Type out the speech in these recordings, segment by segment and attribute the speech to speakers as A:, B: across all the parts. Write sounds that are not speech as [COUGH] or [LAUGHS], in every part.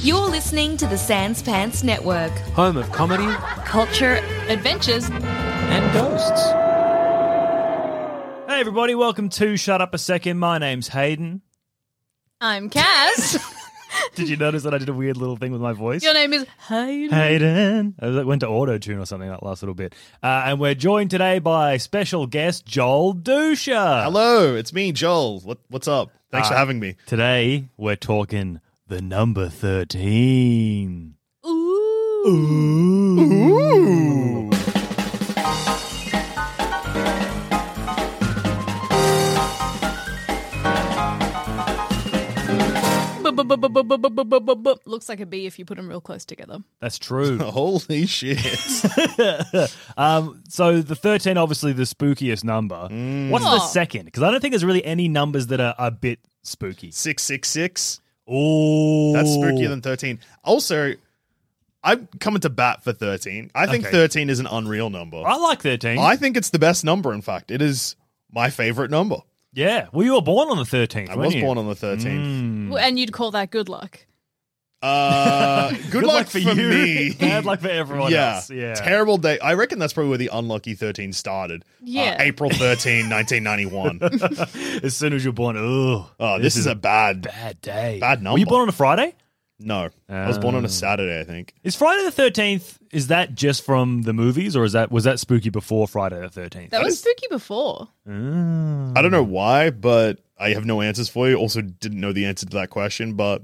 A: You're listening to the Sans Pants Network.
B: Home of comedy
A: Culture, adventures,
B: and ghosts.
C: Hey everybody, welcome to Shut Up a Second. My name's Hayden.
A: I'm Kaz.
C: Did you notice that I did a weird little thing with my voice?
A: Your name is Hayden.
C: Hayden. I was- it went to auto tune or something that last little bit. Uh, and we're joined today by special guest Joel Dusha.
D: Hello, it's me, Joel. What, what's up? Thanks for having me.
C: Uh,
D: [LAUGHS]
C: Today we're talking the number thirteen.
A: Ooh. Bu-bu-bu-bu-bu-bu-bu-bu-bu. Looks like a bee if you put them real close together.
C: That's
D: [LAUGHS]
C: true. [LAUGHS]
D: Holy shit.
C: Um, so the 13, obviously the spookiest number.
D: Mm.
C: What's the
A: Aw.
C: second? Because I don't think there's really any numbers that are a bit spooky.
D: 666.
C: Oh,
D: That's spookier than 13. Also, I'm coming to bat for 13. I think
C: Okay.
D: 13 is an unreal number.
C: I like 13.
D: I think it's the best number, in fact. It is my favorite number.
C: yeah. Well, you were born on the 13th.
D: I was born on the 13th.
C: Mm.
A: Well, And you'd call that good luck.
C: [LAUGHS]
D: Uh, good, luck, for,
C: you.
D: me.
C: [LAUGHS] Bad luck for everyone
D: yeah.
C: else. Yeah.
D: Terrible day. I reckon that's probably where the unlucky 13 started. Uh,
A: Yeah.
D: April
C: [LAUGHS]
D: 13, 1991.
C: as soon as you're born, oh,
D: Oh, this, is, a bad,
C: bad day.
D: bad
C: Were you
D: number.
C: born on a Friday?
D: No, I was born on
C: Um.
D: a Saturday, I think.
C: Is Friday the 13th, is that just from the movies or is that was that spooky before Friday the 13th?
A: That was spooky before.
D: I don't know why, but I have no answers for you. Also, didn't know the answer to that question, but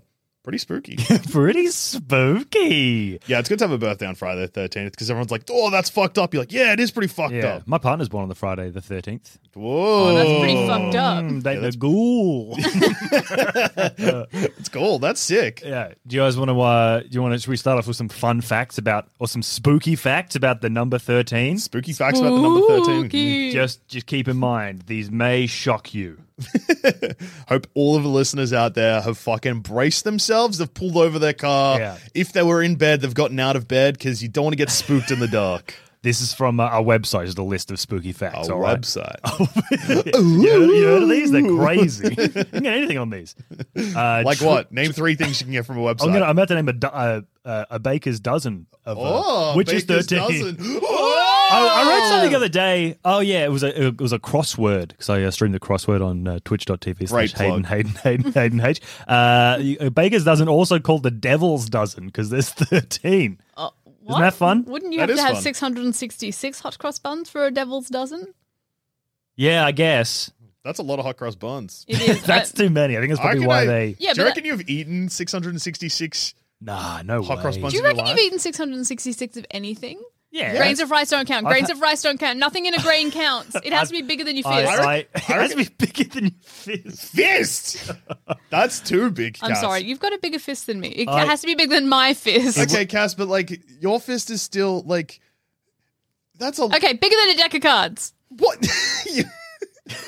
C: [LAUGHS]
D: pretty spooky.
C: Pretty spooky.
D: yeah, it's good to have a birthday on Friday the thirteenth because everyone's like, "Oh, that's fucked up." You're like, "Yeah, it is pretty fucked
C: Yeah. Oh,
D: up."
C: My partner's born on the Friday the 13th.
D: Whoa,
A: That's pretty fucked up.
C: Mm, they the
D: [LAUGHS]
C: ghoul.
D: It's cool. That's sick.
C: yeah. Do you guys want to? Uh, do you want to? Should we start off with some fun facts about, or some spooky facts about the number thirteen?
D: Spooky facts about the number thirteen.
A: Spooky.
C: Just, just keep in mind these may shock you.
D: Hope all of the listeners out there have fucking braced themselves. They've pulled over their car.
C: Yeah.
D: If they were in bed, they've gotten out of bed because you don't want to get spooked in
C: [LAUGHS]
D: the dark.
C: This is from uh, our website. Just a list of spooky facts.
D: Our
C: all right? [LAUGHS] Oh,
D: website.
C: you, heard, you heard of these? They're crazy. you can
D: [LAUGHS]
C: get anything on these. Uh,
D: Like
C: tr- [LAUGHS]
D: what? Name three things you can get from a website.
C: I'm, gonna, I'm about to name a, do- uh, uh, a baker's dozen of uh,
D: Oh,
C: which
D: Baker's
C: is 13.
D: dozen.
C: [LAUGHS] I, I read something the other day. Oh yeah, it was a it was a crossword because I uh, streamed the crossword on uh, Twitch.tv slash
D: Great
C: Hayden
D: plug.
C: Hayden Hayden Hayden H. Uh, you- uh, Baker's dozen also called the Devil's dozen because there's [LAUGHS] thirteen.
D: Uh,
A: What?
C: that fun?
A: Wouldn't you
D: That
A: have to
D: is
A: have
D: fun.
A: 666 hot cross buns for a devil's dozen?
C: Yeah, I guess
D: That's a lot of hot cross buns.
A: It is.
C: that's
A: I-
C: too many. I think that's
D: I
C: probably
D: reckon
C: why
D: I-
C: they.
A: Yeah,
D: Do you
A: but-
D: reckon you've eaten 666?
C: Nah, no
D: Hot
C: way.
D: cross
C: [LAUGHS]
D: buns.
A: do you
D: in your
A: reckon you've
D: life?
A: eaten 666 of anything?
C: Yeah,
A: Grains of rice don't count.
C: I've
A: Grains
C: had-
A: of rice don't count. Nothing in a grain counts. It has to be bigger than your
C: I,
A: fist.
C: I, it [LAUGHS]
D: I
C: has to be bigger than your fist. [LAUGHS]
D: Fist! That's too big, Cass.
A: I'm sorry, you've got a bigger fist than me. It
C: I-
A: has to be bigger than my fist. Okay,
D: Okay, Cass, but like, your fist is still like. That's a.
A: bigger than a deck of cards.
D: What? [LAUGHS] You-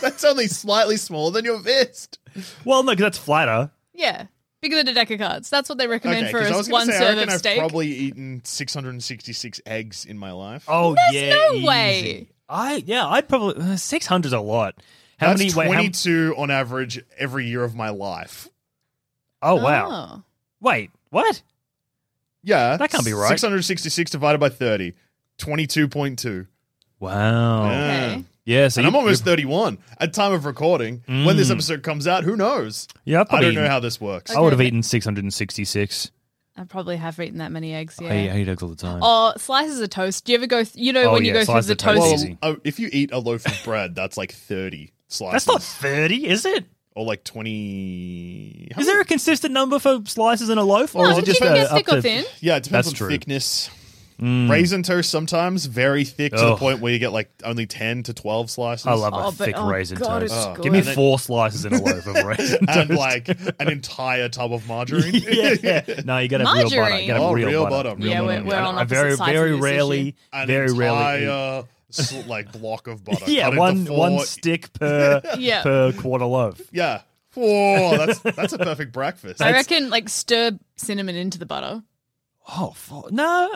D: that's only slightly smaller than your fist.
C: Well, no, 'cause that's flatter.
A: Yeah, bigger than a deck of cards. That's what they recommend
D: okay,
A: for
D: 'cause I
A: a
D: was gonna
A: one
D: say, I
A: serve of
D: reckon I've
A: steak.
D: probably eaten 666 eggs in my life.
C: Oh yeah,
A: no
C: easy.
A: way.
C: I yeah, I'd probably uh, six hundred's a lot. How
D: That's
C: many? Wait, how,
D: 22 on average every year of my life.
C: oh wow.
A: Oh.
C: Wait, what?
D: Yeah.
C: That can't be right.
D: 666 divided by 30. 22.2.
C: Wow.
D: Yeah.
A: Oh, Okay.
C: Yeah, so
D: and
C: you,
D: I'm almost
C: you
D: 31 at time of recording. When this episode comes out, who knows?
C: Yeah, I've
D: I
C: probably
D: don't know
C: eaten-
D: how this works.
C: I would have
A: Okay.
C: eaten 666.
A: I probably have eaten that many eggs. Yeah.
C: I eat- I eat eggs all the time.
A: Oh, slices of toast. Do you ever go? Th- you know
C: Oh,
A: when you go
C: yeah,
A: through
C: slices
A: the
C: of toast.
A: toast.
C: Easy.
D: Oh, if you eat a loaf of bread, that's like 30. slices.
C: That's not 30, is it?
D: or like twenty.
C: Is there a consistent number for slices in a loaf? Or
A: No,
C: is it
A: Oh, you
C: just
A: can
C: uh,
A: get
C: up
A: thick or
C: to-
A: thin.
D: Yeah, it depends
C: That's
D: on
C: true. Mm.
D: thickness. Raisin toast sometimes very thick to the
C: Ugh.
D: point where you get like only ten to twelve slices.
C: I love a
A: Oh, but-
C: thick
A: oh,
C: raisin
A: God,
C: toast.
A: it's
C: Give me
A: good.
C: four slices in a loaf of raisin toast.
D: and like an entire tub of
C: [LAUGHS]
D: margarine.
C: yeah. No, you got to have real butter.
A: Margarine.
C: You got to have
D: Oh,
C: real,
D: real
C: butter.
D: butter, real
A: Yeah, butter. we're- we're
C: I-
A: on
C: I very,
A: opposite sides of
C: very
A: this
C: rarely,
A: issue.
D: An
C: very rarely. eat-
D: entire
C: [LAUGHS]
D: sl- like block of butter.
C: yeah,
D: cut into
C: one
D: four-
C: one stick per
A: Yeah.
C: per quarter loaf.
D: Yeah. Whoa, that's that's a perfect breakfast.
A: I reckon like stir cinnamon into the butter.
C: Oh fu- no,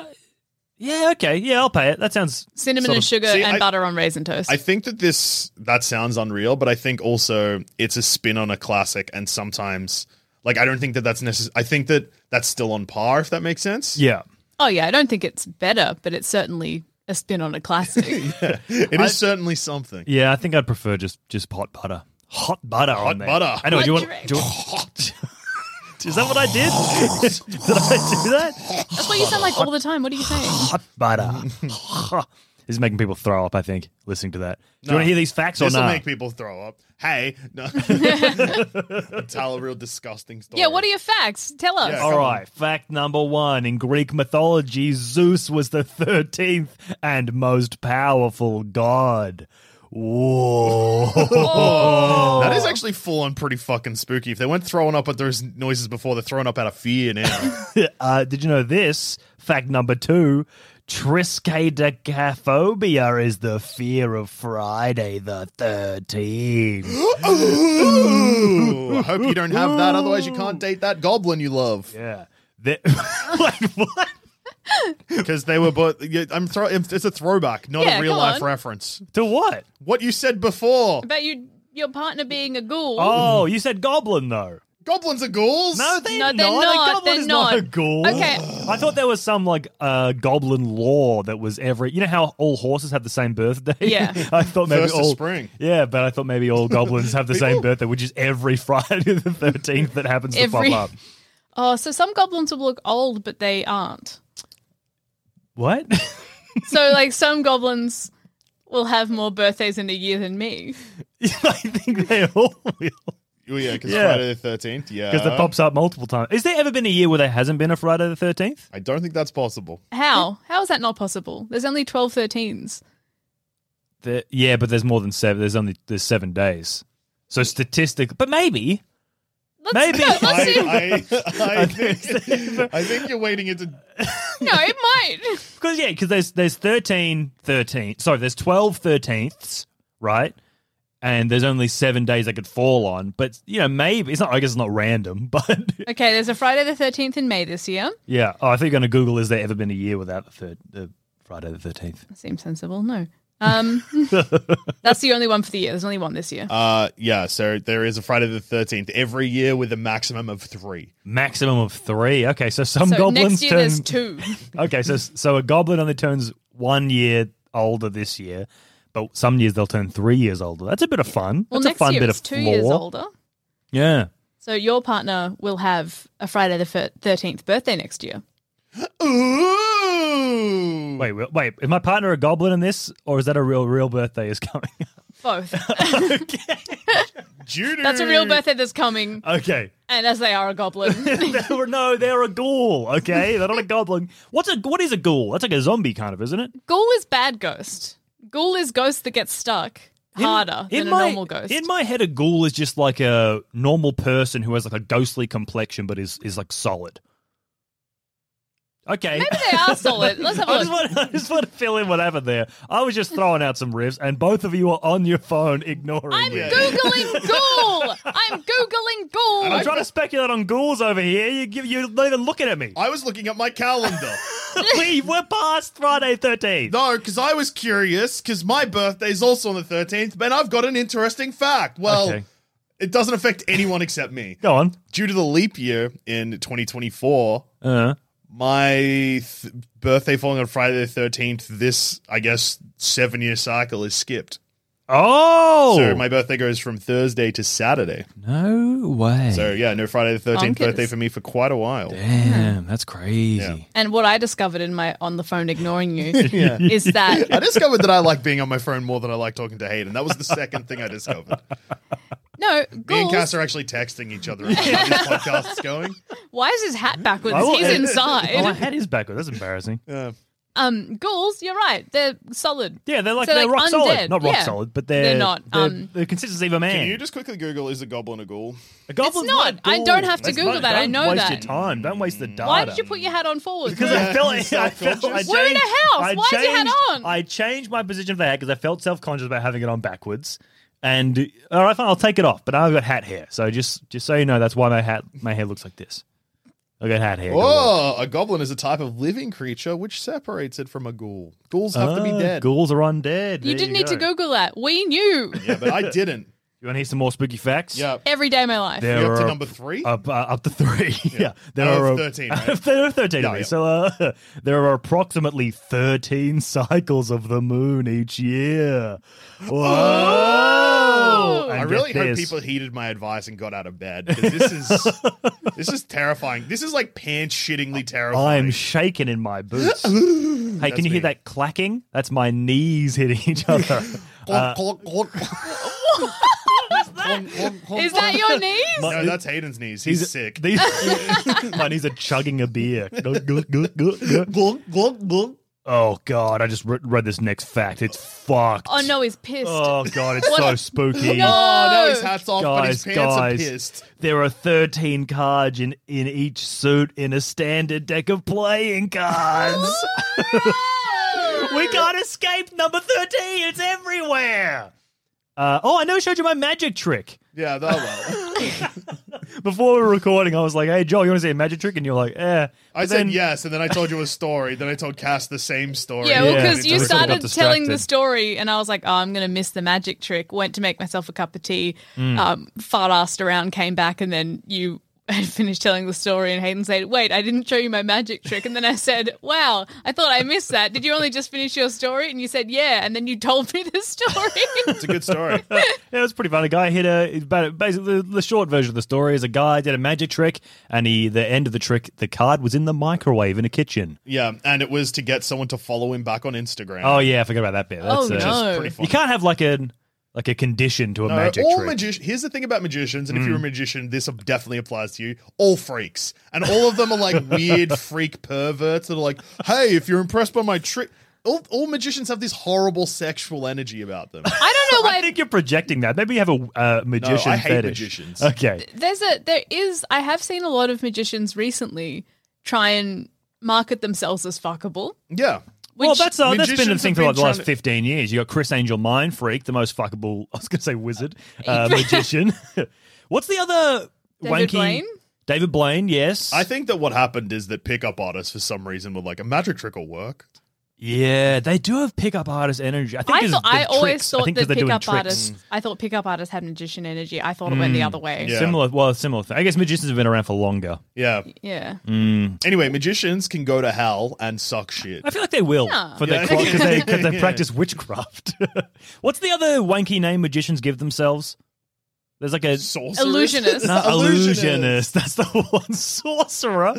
C: yeah, okay, yeah, I'll pay it. That sounds
A: Cinnamon
C: sort
A: and
C: of-
A: sugar
D: See,
A: and
D: I-
A: butter on raisin toast.
D: I think that this that sounds unreal, but I think also it's a spin on a classic, and sometimes like I don't think that that's necessary. I think that that's still on par, if that makes
C: [LAUGHS]
D: sense.
C: Yeah,
A: oh yeah, I don't think it's better, but it's certainly a spin on a
C: [LAUGHS]
A: classic.
D: It is certainly something.
C: yeah. I think I'd prefer just just hot butter, hot butter, hot on there.
D: butter.
C: I know. do you want?
A: Hot
C: Do you hot? [LAUGHS] Is that what I did? did [LAUGHS] I do that?
A: That's what you sound like all the time. What are you
C: [LAUGHS]
A: saying?
C: Hot
D: [LAUGHS]
C: butter. this is making people throw up. I think listening to that. Do you want to hear these facts or
D: This will
C: not?
D: make people throw up. Hey,
A: [LAUGHS]
D: no. [LAUGHS] tell a real disgusting story.
A: Yeah, what are your facts? Tell us.
D: Yeah.
C: All right, fact number one. In Greek mythology, Zeus was the 13th and most powerful god.
A: Oh,
C: Whoa.
D: That is actually full on pretty fucking spooky. If they weren't throwing up at those noises before, they're throwing up out of fear now.
C: [LAUGHS] uh, did you know this? Fact number two. Triskaidekaphobia is the fear of Friday the
D: [GASPS]
C: 13th.
D: Ooh, I hope you don't have that. Otherwise, you can't date that goblin you love.
C: yeah. The- Wait, what?
D: Because they were both. yeah, I'm throw. It's a throwback, not
A: Yeah,
D: a real
A: come
D: life
A: on.
D: reference.
C: [LAUGHS] To
D: [LAUGHS]
C: what?
D: What you said before.
A: About you, your partner being a ghoul.
C: Oh, you said goblin, though.
D: Goblins are ghouls.
C: No, they're,
A: No,
C: not.
A: they're
C: A
A: not.
C: goblin
A: They're
C: is not. a
A: not.
C: ghoul.
A: Okay.
C: I thought there was some like uh, goblin law that was every. You know how all horses have the same birthday.
A: Yeah.
C: [LAUGHS] I thought maybe
D: First of
C: all
D: spring.
C: Yeah, but I thought maybe all goblins have the same birthday, which is every [LAUGHS] Friday the thirteenth that happens to
A: Every-
C: pop up.
A: Oh, so some goblins will look old, but they aren't.
C: What? [LAUGHS]
A: So like some goblins will have more birthdays in a year than me.
C: I think they all will
D: Oh, yeah, because
C: Yeah.
D: Friday the Thirteenth. Yeah,
C: because it pops up multiple times. Is there ever been a year where there hasn't been a Friday the thirteenth?
D: I don't think that's possible.
A: How? How is that not possible? There's only 12 13s.
C: Yeah, but there's more than seven. There's only there's seven days. So statistically, but maybe
A: Let's,
C: Maybe.
A: No, let's
D: I,
A: do-
D: I, I think, I think you're waiting into.
A: no, it might. [LAUGHS]
C: Because yeah, because there's there's 13 13 sorry, there's 12 thirteenths, right? And there's only seven days I could fall on, but you know maybe it's not. I guess it's not random, [LAUGHS] but
A: Okay, there's a Friday the 13th in May this year.
C: yeah. Oh, I think you're going to Google is there ever been a year without the third uh, Friday the thirteenth?
A: Seems sensible. No.
C: [LAUGHS]
A: Um, that's the only one for the year. There's only one this year.
D: Uh, yeah. So there is a Friday the Thirteenth every year with a maximum of three.
C: Maximum of three. Okay, so some
A: so next
C: goblins
A: year
C: turn.
A: there's
C: [LAUGHS]
A: two.
C: Okay, so so a goblin only turns one year older this year, but some years they'll turn three years older. That's a bit of fun.
A: Well,
C: That's
A: next
C: a fun
A: year
C: bit
A: it's
C: of
A: two
C: lore.
A: years older.
C: Yeah.
A: So your partner will have a Friday the fir- 13th birthday next year.
D: Ooh.
C: Wait, wait, wait. Is my partner a goblin in this, or is that a real real birthday is coming? [LAUGHS]
A: Both. [LAUGHS]
D: Judy.
A: that's a real birthday that's coming,
C: okay. [LAUGHS]
A: and as they are a goblin.
C: They were- no, they're a ghoul. Okay, they're not a goblin. What's a what is a ghoul? That's like a zombie kind of, isn't it?
A: Ghoul is bad ghost. Ghoul is ghost that gets stuck
C: In-
A: harder
C: in
A: than
C: my-
A: a normal ghost.
C: In my head, a ghoul is just like a normal person who has like a ghostly complexion, but is is like solid. Okay.
A: Maybe they
C: [LAUGHS]
A: are solid. Let's have a
C: I just,
A: look.
C: want, [LAUGHS] I just want to fill in what happened there. I was just throwing out some riffs, and both of you are on your phone [LAUGHS] ignoring
A: I'm
C: me.
A: googling
C: [LAUGHS]
A: ghoul. I'm googling
C: I'm
A: ghoul.
C: trying to speculate on ghouls over here. You give you're not even looking at me. [LAUGHS]
D: I was looking at my calendar. [LAUGHS]
C: we were past Friday 13th.
D: No, because I was curious, because my birthday's also on the 13th, but I've got an interesting fact. Well,
C: Okay.
D: it doesn't affect anyone except me.
C: Go on.
D: Due to the leap year in 2024,
C: Uh,
D: my th- birthday falling on Friday the 13th, this, I guess, seven year cycle is skipped.
C: Oh,
D: So my birthday goes from Thursday to Saturday.
C: no way!
D: So yeah, no Friday the 13th
A: Bonkers.
D: birthday for me for quite a while.
C: Damn, that's crazy.
D: Yeah.
A: And what I discovered in my on the phone ignoring
C: [LAUGHS]
A: you [LAUGHS] is that
D: I discovered that I like being on my phone more than I like talking to Hayden. That was the second thing I discovered.
A: no
D: Me and
A: ghouls.
D: Cass are actually texting
C: [LAUGHS]
D: each other about how this podcast's going.
A: Why is his hat backwards?
C: [LAUGHS] I will-
A: He's inside.
C: Oh, my head is backwards. That's embarrassing.
A: Um, ghouls. You're right. They're solid.
C: Yeah, they're like
A: So,
C: they're rock
A: undead.
C: solid. Not rock
A: Yeah.
C: solid, but they're
A: They're not,
C: They're,
A: um,
C: the consistency of a man.
D: Can you just quickly Google is a goblin a ghoul?
C: a goblin's
A: It's not.
C: a ghoul.
A: I don't have to
C: That's
A: Google
C: not-
A: that. I
C: don't
A: know
C: waste
A: that.
C: your time. Don't waste the data.
A: Why did you put your hat on forward?
C: Because [LAUGHS] I
D: [LAUGHS]
C: felt it. I felt. I
D: Self-conscious.
C: changed,
A: We're in a house.
C: I
A: Why is your hat
C: changed-
A: on?
C: I changed my position for the hat because I felt self conscious about having it on backwards. And all right, fine, I'll take it off. But now I've got hat hair, so just just so you know, that's why my hat my hair looks like this. I got hat hair.
D: Oh, a goblin is a type of living creature which separates it from a ghoul. Ghouls have to be
C: Ah,
D: dead.
C: Ghouls are undead. There
A: you didn't need
C: go.
A: to Google that. We knew
D: Yeah, but I didn't.
C: You want to hear some more spooky facts?
D: Yeah.
A: every day of my life.
C: There
D: You're up to
C: are-
D: number three?
C: Up, uh, up to three. [LAUGHS] Yeah. There
D: Out of
C: are uh,
D: 13, right?
C: out of- [LAUGHS] there are 13 of
D: Yeah,
C: me.
D: yeah.
C: So uh, [LAUGHS] there are approximately 13 [LAUGHS] cycles of the moon each year. Whoa! And
D: Oh! I
C: get
D: really hope
C: this.
D: people heeded my advice and got out of bed because this is this is terrifying. This is like pants shittingly
C: [LAUGHS]
D: terrifying.
C: I'm shaking in
D: [LAUGHS]
C: my boots. hey, can you
D: me.
C: hear that clacking? That's my knees hitting each
D: [LAUGHS]
C: other. uh,
D: Clonk, clonk,
C: [LAUGHS]
D: clonk. Clonk, clonk, clonk.
A: Is that your knees?
D: No, that's Hayden's knees. He's sick.
C: These, [LAUGHS] my knees are chugging a
D: [LAUGHS]
C: beer. Glug, glug, glug, glug, glug.
D: Glonk, glonk, glonk.
C: oh, God. I just re- read this next fact. It's fucked.
A: Oh no, he's pissed.
C: Oh god, it's so spooky.
D: Oh, now his
A: No.
D: hat's off, but his
C: Guys,
D: pants
C: guys,
D: are pissed.
C: there are thirteen cards in in each suit in a standard deck of playing cards.
D: [LAUGHS]
C: [LAUGHS] we can't escape number thirteen. It's everywhere. Uh, oh, I know. I showed you my magic trick
D: Yeah, that
C: [LAUGHS]
D: well.
C: before we were recording. I was like, "Hey, Joel, you want to see a magic trick?" And you're like, "Eh."
D: I
C: But
D: said
C: then-
D: yes, and then I told you a story. Then I told Cass the same story.
A: Yeah, well,
C: Yeah.
A: because you
C: We sort of got
A: started telling the
C: distracted.
A: story, and I was like, "Oh, I'm gonna miss the magic trick." Went to make myself a cup of tea,
C: Mm.
A: um, fart assed around, came back, and then you [LAUGHS] had finished telling the story, and Hayden said, "Wait, I didn't show you my magic trick." And then I said, "Wow, I thought I missed that. Did you only just finish your story?" And you said, "Yeah," and then you told me the
C: [LAUGHS]
A: story.
D: It's a good story.
C: Yeah, it was pretty fun. A guy hit a it's about- basically the, the short version of the story is a guy did a magic trick, and he the end of the trick, the card was in the microwave in a kitchen.
D: yeah, and it was to get someone to follow him back on Instagram.
C: Oh yeah, I forgot about that bit. That's,
A: Oh,
C: uh,
A: no.
D: It's pretty fun.
C: You can't have like a like a condition to a
D: No,
C: Uh, magic
D: all
C: trick.
D: magicians. Here's the thing about magicians,
C: Hmm.
D: and if you're a magician, this definitely applies to you. All freaks, and all of them are
C: [LAUGHS]
D: like weird freak perverts that are like, "Hey, if you're impressed by my trick." All, all magicians have this horrible sexual energy about them.
A: I don't know why
C: I think you're projecting that. Maybe you have a uh, magician
D: I hate
C: fetish.
D: magicians.
C: Okay.
A: there's a there is I have seen a lot of magicians recently try and market themselves as fuckable.
D: yeah,
A: Which,
C: well, that's uh, that's been the
D: magicians
C: thing
D: have
C: for like the
D: been
C: last
D: trying to-
C: 15 years. You got Chris Angel, mind freak, the most fuckable. [LAUGHS] I was going to say wizard,
A: [LAUGHS]
C: uh, magician. [LAUGHS] What's the other
A: David
C: wanky?
A: Blaine?
C: David Blaine, yes.
D: I think that what happened is that pickup artists, for some reason, were like, "A magic trick will work."
C: yeah, they do have pickup artist energy. I think
A: I,
C: 'cause
A: thought,
C: the
A: I always
C: tricks. I
A: thought
C: think 'cause
A: that
C: they're doing
A: pickup
C: tricks. Hmm.
A: artists. I thought pickup artists had magician energy. I thought it went the other way.
D: Yeah.
C: Similar, well, similar thing. I guess magicians have been around for longer.
D: Yeah.
A: Yeah.
D: Anyway, magicians can go to hell and suck shit.
C: I feel like they will
A: Yeah.
C: for
A: [LAUGHS]
D: Yeah.
C: their because they, 'cause [LAUGHS] they practice witchcraft. [LAUGHS] What's the other wanky name magicians give themselves? There's like a
D: Sorceress?
A: Illusionist.
C: not
D: Illusionist.
C: illusionist. That's the [LAUGHS] one [LAUGHS] sorcerer.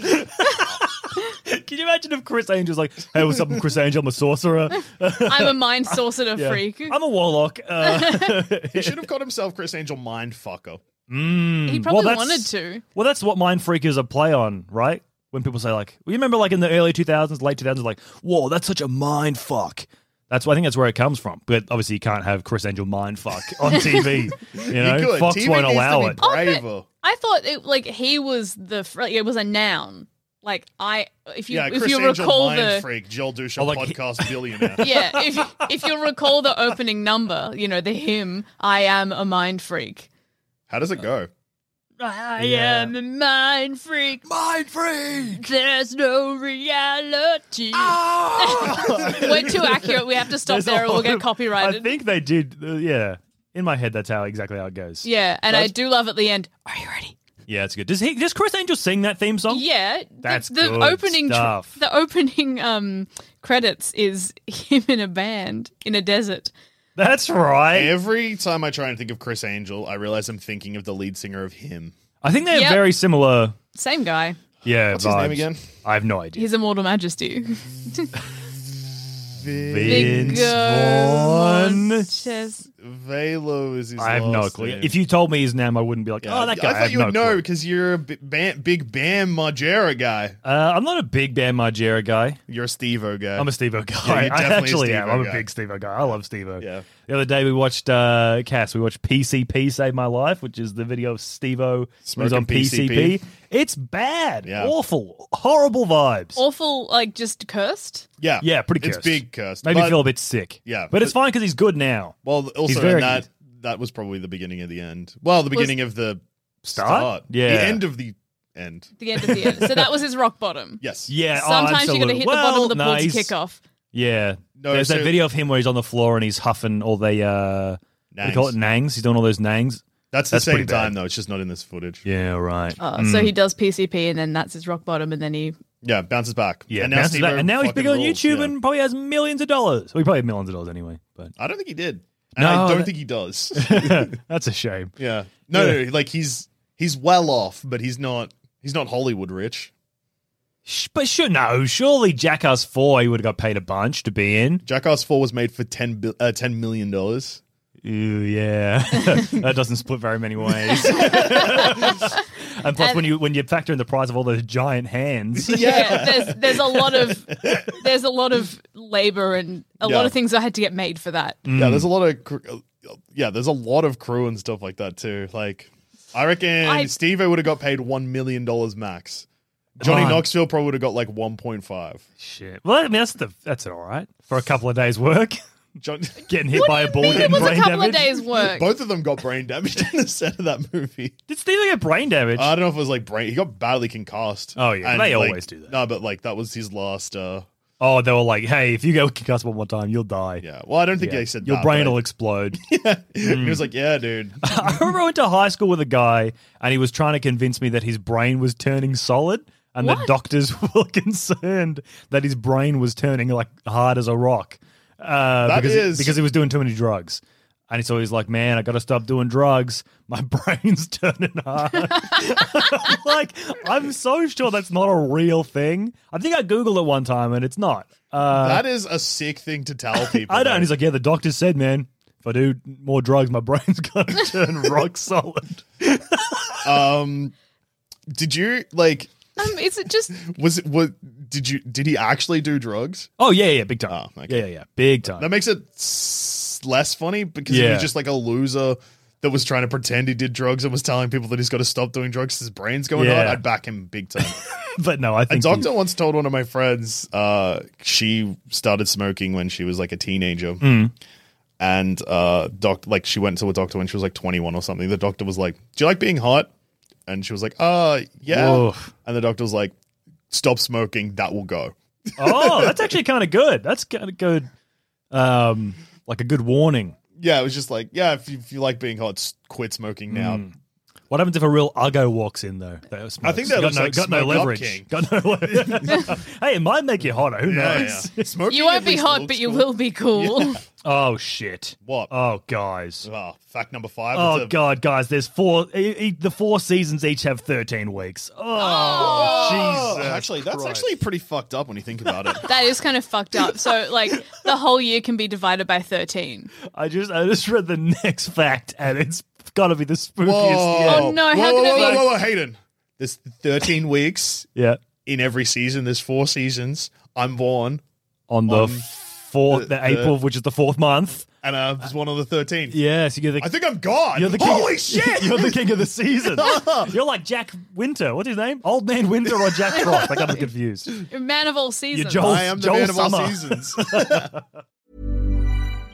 C: Can you imagine if Chris Angel's like, "Hey, what's up, I'm Chris Angel? I'm a sorcerer.
A: I'm a mind sorcerer
C: [LAUGHS] Yeah. Um,
A: freak.
C: I'm a warlock." Uh,
D: He should have called himself Chris Angel Mindfucker.
A: he
C: mm,
A: probably
C: well, that's-
A: wanted to.
C: Well, that's what mind freakers are play on, right? When people say like, well, you remember like in the early 2000s, late 2000s, like, whoa, that's such a mind fuck. That's I think that's where it comes from. But obviously, you can't have Chris Angel
A: [LAUGHS]
C: mind fuck on TV. you know,
D: you could.
C: Fox
D: TV
C: won't
D: needs to
C: allow
D: be
C: it.
D: Braver.
A: I thought it like he was the fr- like, it was a noun. Like I if you
D: yeah,
A: if
D: Chris
A: you
D: Angel
A: recall
D: Mind
A: the
D: Freak, Joel Dusha
C: Oh, like he- [LAUGHS]
D: podcast billionaire.
A: [LAUGHS] yeah, if if you'll recall the opening number, you know, the hymn, I am a mind freak.
D: How does it go?
A: I
C: Yeah.
A: am a mind freak.
C: [LAUGHS]
D: Mind Freak!
A: There's no reality. We're too accurate. We have to Ah! stop
C: There's a
A: there or we'll
C: lot
A: get
C: of- I
A: copyrighted.
C: think they did. uh, yeah, in my head, that's how exactly how it goes.
A: yeah, and I
C: That's-
A: do love at the end. Are you ready?
C: yeah, it's good. Does he? Does Chris Angel sing that theme song?
A: Yeah, the-
C: That's
A: the,
C: good
A: opening. tr-
C: stuff.
A: the opening um, credits is him in a band in a desert.
C: That's right.
D: Every time I try and think of Chris Angel, I realize I'm thinking of the lead singer of him.
C: I think they're
A: Yep.
C: very similar.
A: Same guy.
C: Yeah,
D: What's his name
C: vibes.
D: again?
C: I have no idea.
A: His immortal majesty.
C: Vince Vaughn.
A: Chess-
D: Velo is his
C: I have no
D: last
C: clue.
D: name.
C: If you told me his name, I wouldn't be like,
D: Yeah,
C: oh, that guy.
D: I thought
C: have
D: you
C: no
D: would know
C: clue.
D: because you're a bi- Bam, big Bam Margera guy.
C: Uh, I'm not a big Bam Margera guy.
D: You're a Steve-O guy.
C: I'm a Steve O guy.
D: Yeah,
C: [LAUGHS]
D: you're
C: I
D: definitely
C: actually
D: a
C: am.
D: Steve-O
C: I'm
D: guy.
C: a big Steve O guy. I love Steve O.
D: Yeah.
C: The other day we watched uh Cass, we watched PCP Save My Life, which is the video of Steve O
D: Smoking
C: on PCP.
D: PCP.
C: It's bad.
D: Yeah.
C: Awful. Horrible vibes.
A: Awful, like just cursed.
D: Yeah,
C: Yeah, pretty
D: It's
C: cursed.
D: big cursed.
C: Made me
D: But-
C: feel a bit sick.
D: Yeah.
C: But it's fine because he's good now.
D: Well,
C: He's
D: also
C: very
D: and that that was probably the beginning of the end. Well, the beginning of the
C: Start?
D: start.
C: Yeah.
D: the end of the end.
A: The end of the end. So that was his rock bottom.
C: [LAUGHS]
D: Yes.
C: Yeah. oh,
A: Sometimes you got to
C: absolutely.
A: hit
C: well,
A: the bottom of the pool
C: no,
A: to
C: he's-
A: kick off.
C: Yeah.
D: No,
C: There's that
D: so-
C: video of him where he's on the floor and he's huffing all the uh what do they call it
D: Nangs.
C: nangs. He's doing all those nangs.
D: That's the
C: That's pretty
D: same
C: bad.
D: time though. It's just not in this footage. Yeah,
C: Yeah, right.
A: Uh, So
C: Mm.
A: he does PCP, and then that's his rock bottom, and then he
D: bounces back.
C: Yeah, and now,
D: Steve-O
C: and now he's
D: fucking
C: big on
D: rules.
C: YouTube
D: Yeah.
C: and probably has millions of dollars. Well, he probably had millions of dollars anyway, but
D: I don't think he did. And
C: No,
D: I don't
C: that-
D: think
C: [LAUGHS]
D: he does.
C: that's a shame.
D: yeah. No,
C: Yeah.
D: no, like he's he's well off, but he's not he's not Hollywood rich.
C: Sh- But sure, no, surely Jackass Four he would have got paid a bunch to be in.
D: Jackass 4 was made for 10 bi- uh, 10 million dollars.
C: Ew, yeah, [LAUGHS] that doesn't split very many ways. [LAUGHS] and plus, when you when you factor in the price of all those giant hands,
A: yeah, there's there's a lot of there's a lot of labor and a
D: Yeah.
A: lot of things I had to get made for that.
D: Yeah,
C: Mm.
D: there's a lot of cr- uh, yeah, there's a lot of crew and stuff like that too. Like I reckon
A: I-
D: Steve would have got paid 1 million dollars max. Johnny
C: Oh.
D: Knoxville probably would have got like 1.5.
C: [LAUGHS] shit. Well, I mean that's the that's all right for a couple of days' work.
D: John
C: Getting hit by a ball,
A: It
C: getting
A: was a
C: brain
A: couple of
C: damage.
A: days work.
D: [LAUGHS] Both of them got brain damage in the set of that movie.
C: Did Steve get brain damage?
D: I don't know if it was like brain. He got badly concussed.
C: Oh, yeah. They
D: like,
C: always do that.
D: No, but like that was his last. uh
C: oh, they were like, "Hey, if you go [LAUGHS] concussed one more time, you'll die."
D: Yeah. Well, I don't think they said
C: your
D: that,
C: brain
D: but
C: will mm. Uh, explode.
D: I- He was like,
C: [LAUGHS]
D: "Yeah, dude."
C: I remember I went to high school with a guy and he was trying to convince me that his brain was turning solid and the
A: What?
C: doctors [LAUGHS] were concerned that his brain was turning like hard as a rock. Uh,
D: That
C: because,
D: is-
C: because he was doing too many drugs. And he's always like, man, I got to stop doing drugs. My [LAUGHS] brain's turning hard. [LAUGHS] like, I'm so sure that's not a real thing. I think I Googled it one time and it's not. Uh,
D: that is a sick thing to tell
C: [LAUGHS]
D: people.
C: I don't.
D: though.
C: He's like, yeah, the doctor said, man, if I do more drugs, my [LAUGHS] brain's going to turn rock solid.
D: um, did you like?
A: Um, is it just
D: Was it? What did you? Did he actually do drugs?
C: Oh yeah, yeah, big time.
D: Oh, okay.
C: Yeah, yeah, yeah, big time.
D: That makes it s- less funny because he
C: Yeah.
D: was just like a loser that was trying to pretend he did drugs and was telling people that he's got to stop doing drugs. 'cause His brain's going
C: Yeah.
D: on. I'd back him
C: [LAUGHS]
D: big time.
C: but no, I
D: A
C: think
D: doctor once told one of my friends uh, she started smoking when she was like a teenager,
C: Hmm.
D: and uh, doc like she went to a doctor when she was like twenty one or something. The doctor was like, "Do you like being hot?" And she was like, "Uh, yeah."
C: Oof.
D: And the doctor was like, "Stop smoking. That will go."
C: he- [LAUGHS] oh, that's actually kind of good. That's kind of good. Um, like a good warning.
D: Yeah, it was just like, yeah, if you, if you like being hot, s- quit smoking now.
C: Hmm. What happens if a real uggo walks in though? That smokes?
D: I think that
C: got
D: looks
C: no,
D: like
C: got no
D: Smoke Up
C: leverage.
D: King.
C: Got no.
D: [LAUGHS]
C: le- [LAUGHS] hey, it might make you hotter. Who
D: Yeah,
C: knows? [LAUGHS]
D: yeah. Smoking
A: you won't
D: at
A: be
D: least
A: hot,
D: looks
A: but you
D: cool.
A: will be cool.
C: Oh shit!
D: What?
C: Oh guys.
D: Oh, fact number five.
C: Oh
D: It's a-
C: god, guys! There's four. E- e- the four seasons each have thirteen weeks. Oh,
D: Oh,
C: Jesus!
D: actually, that's
C: Christ.
D: actually pretty fucked up when you think
C: [LAUGHS]
D: about it.
A: That is kind of fucked up. So like the whole year can be divided by thirteen.
C: I just I just read the [LAUGHS] next fact, and it's got to be the spookiest.
D: Whoa.
A: Oh, no, how
D: whoa,
A: could
D: whoa,
A: it
D: whoa,
A: be-
D: Whoa, whoa, Hayden. There's 13 [LAUGHS] weeks
C: Yeah.
D: in every season. There's four seasons. I'm born,
C: on the
D: on
C: fourth, the,
D: the-
C: April, which is the fourth month.
D: and I was one of the 13.
C: Yes, you're the.
D: I think I'm God.
C: you're the king [LAUGHS]
D: Holy shit!
C: You're the king of the
D: [LAUGHS]
C: season. you're like Jack Winter. What's his name? Old Man Winter or
D: [LAUGHS]
C: Jack Frost? I got them confused.
A: You're a man of all seasons.
C: Joel-
D: I am the
C: Joel
D: man of all
C: Summer.
D: seasons.
C: [LAUGHS]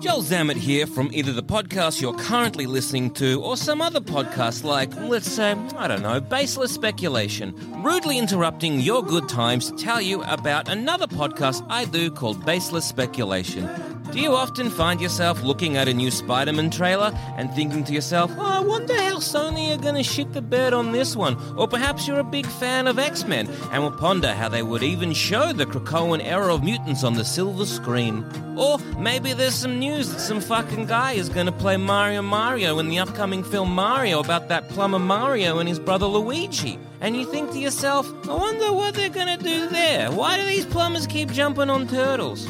E: Joel Zammett here from either the podcast you're currently listening to or some other podcast like, let's say, I don't know, Baseless Speculation, rudely interrupting your good times to tell you about another podcast I do called Baseless Speculation. Do you often find yourself looking at a new Spider Man trailer and thinking to yourself, oh, I wonder how Sony are going to shit the bed on this one? Or perhaps you're a big fan of X Men and will ponder how they would even show the Krakoan era of mutants on the silver screen. Or maybe there's some news that some fucking guy is going to play Mario Mario in the upcoming film Mario about that plumber Mario and his brother Luigi. And you think to yourself, I wonder what they're going to do there. Why do these plumbers keep jumping on turtles?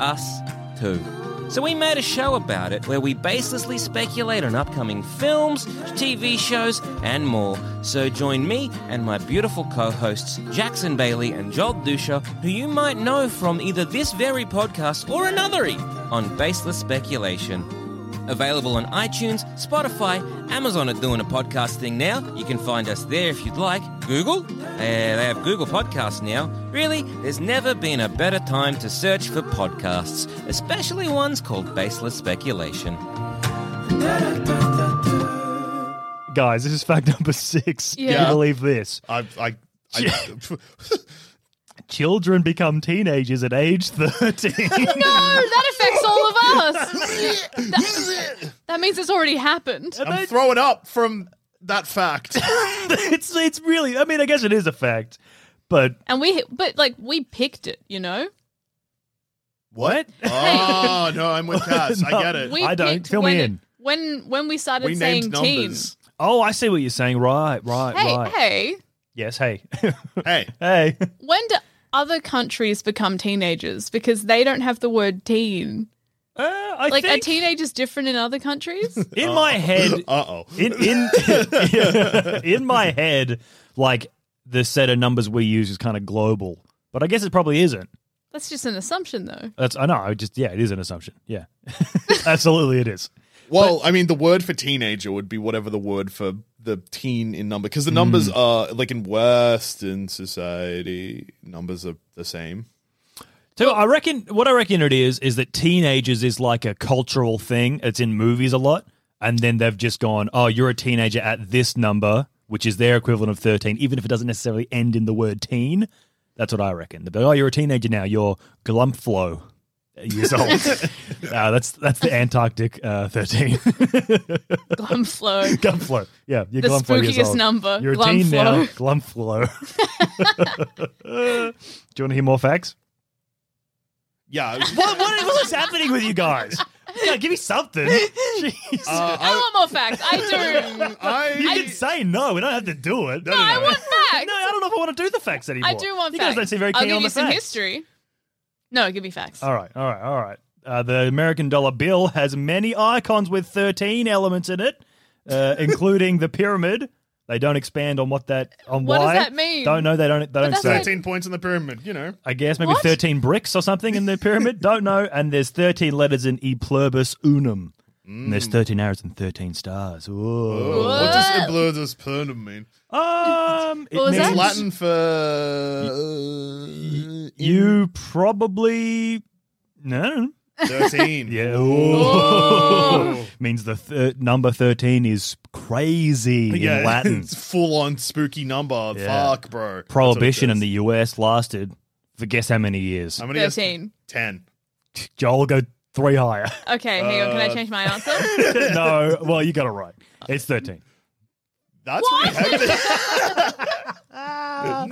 E: Us too. So we made a show about it where we baselessly speculate on upcoming films, TV shows, and more. So join me and my beautiful co-hosts Jackson Bailey and Joel Dusha, who you might know from either this very podcast or anothery, on Baseless Speculation. Available on iTunes, Spotify, Amazon are doing a podcast thing now. You can find us there if you'd like. Google? Uh, they have Google Podcasts now. Really, there's never been a better time to search for podcasts, especially ones called Baseless Speculation.
C: Guys, this is fact number six.
D: Yeah.
C: Can you believe this?
D: I, I, [LAUGHS] I
C: Children become teenagers at age [LAUGHS] 13.
D: [LAUGHS]
A: no, Oh, that affects all of us. that, that means it's already happened.
D: I'm throwing up from that fact.
C: it's it's really. I mean, I guess it is a fact, but
A: And we, but like we picked it, you know.
C: what?
D: oh no, I'm with Cass. I get it.
A: We
C: I don't.
A: picked
C: Fill
A: when,
C: me in.
A: When when we started saying teams.
C: Oh, I see what you're saying. Right, right,
A: Hey,
C: right.
A: hey,
C: Yes, hey. [LAUGHS]
D: hey.
C: Hey.
A: when do other countries become teenagers because they don't have the word teen?
C: I
A: like
C: think-
A: are teenagers different in other
C: [LAUGHS]
A: countries?
C: In my
D: [LAUGHS]
C: head,
D: uh oh.
C: In in [LAUGHS] in my head, like the set of numbers we use is kind of global, but I guess it probably isn't.
A: That's just an assumption, though. [LAUGHS]
C: That's I know. I just yeah, it is an assumption. Yeah, [LAUGHS] absolutely, it is.
D: Well, I mean, the word for teenager would be whatever the word for the teen in number, because the numbers are like in Western society, numbers are the same.
C: So I reckon what I reckon it is is that teenagers is like a cultural thing. It's in movies a lot, and then they've just gone, "Oh, you're a teenager at this number," which is their equivalent of thirteen, even if it doesn't necessarily end in the word teen. That's what I reckon. They'll be like, "Oh, you're a teenager now. You're glumpflo
A: [LAUGHS]
C: years old." uh, that's that's the Antarctic uh, thirteen. [LAUGHS]
A: Glumflo.
C: Glumflo. Yeah, you're
A: The
C: Glumflo years
A: spookiest
C: old.
A: number,
C: You're a teen
A: Glumflo.
C: now. Glumflo. [LAUGHS] Do you want to hear more facts?
D: Yeah.
C: What, what, what is happening with you guys? Yeah, give me something. Jeez.
A: I, want more facts.
C: [LAUGHS]
A: I do.
C: you
D: uh, I,
C: can say no. We don't have to do it. No,
A: I want facts.
C: No, I don't know if I want to do the facts anymore.
A: I do want
C: you
A: facts.
C: guys don't seem very keen
A: I'll give
C: on
A: you
C: the
A: some
C: facts.
A: history. No, give me facts.
C: All right, all right, all right. Uh, the American dollar bill has many icons with 13 elements in it,
A: [LAUGHS]
C: uh, including the pyramid. They don't expand on what that on
A: What does
C: why.
A: that mean?
C: Don't know. They don't. They don't
A: that's
C: say.
A: like-
D: 13 points in the pyramid, you know.
C: I guess maybe
A: What?
C: 13 bricks or something in
A: [LAUGHS]
C: the pyramid. Don't know. And there's 13 letters in E pluribus unum. And there's 13 arrows and 13 stars. Whoa.
D: What does Iblurdus Pernum mean?
C: Um, it
A: What was
C: means
A: that?
D: It's Latin for. uh,
C: You probably no.
D: 13.
C: Yeah,
D: [LAUGHS]
C: ooh. [LAUGHS] means the thir- number 13 is crazy in
D: [LAUGHS]
C: Latin.
D: It's full on spooky number.
C: Yeah.
D: Fuck, bro. That's what it
C: Prohibition in
D: is.
C: the US lasted for guess how many years?
D: How
A: many years? 13.
D: Ten.
C: Joel, go three higher. [LAUGHS]
A: Okay, hang on. Can I
C: Uh, [LAUGHS]
A: change my answer?
C: no, well, you got it right. It's 13.
D: That's
A: what? [LAUGHS]
D: no.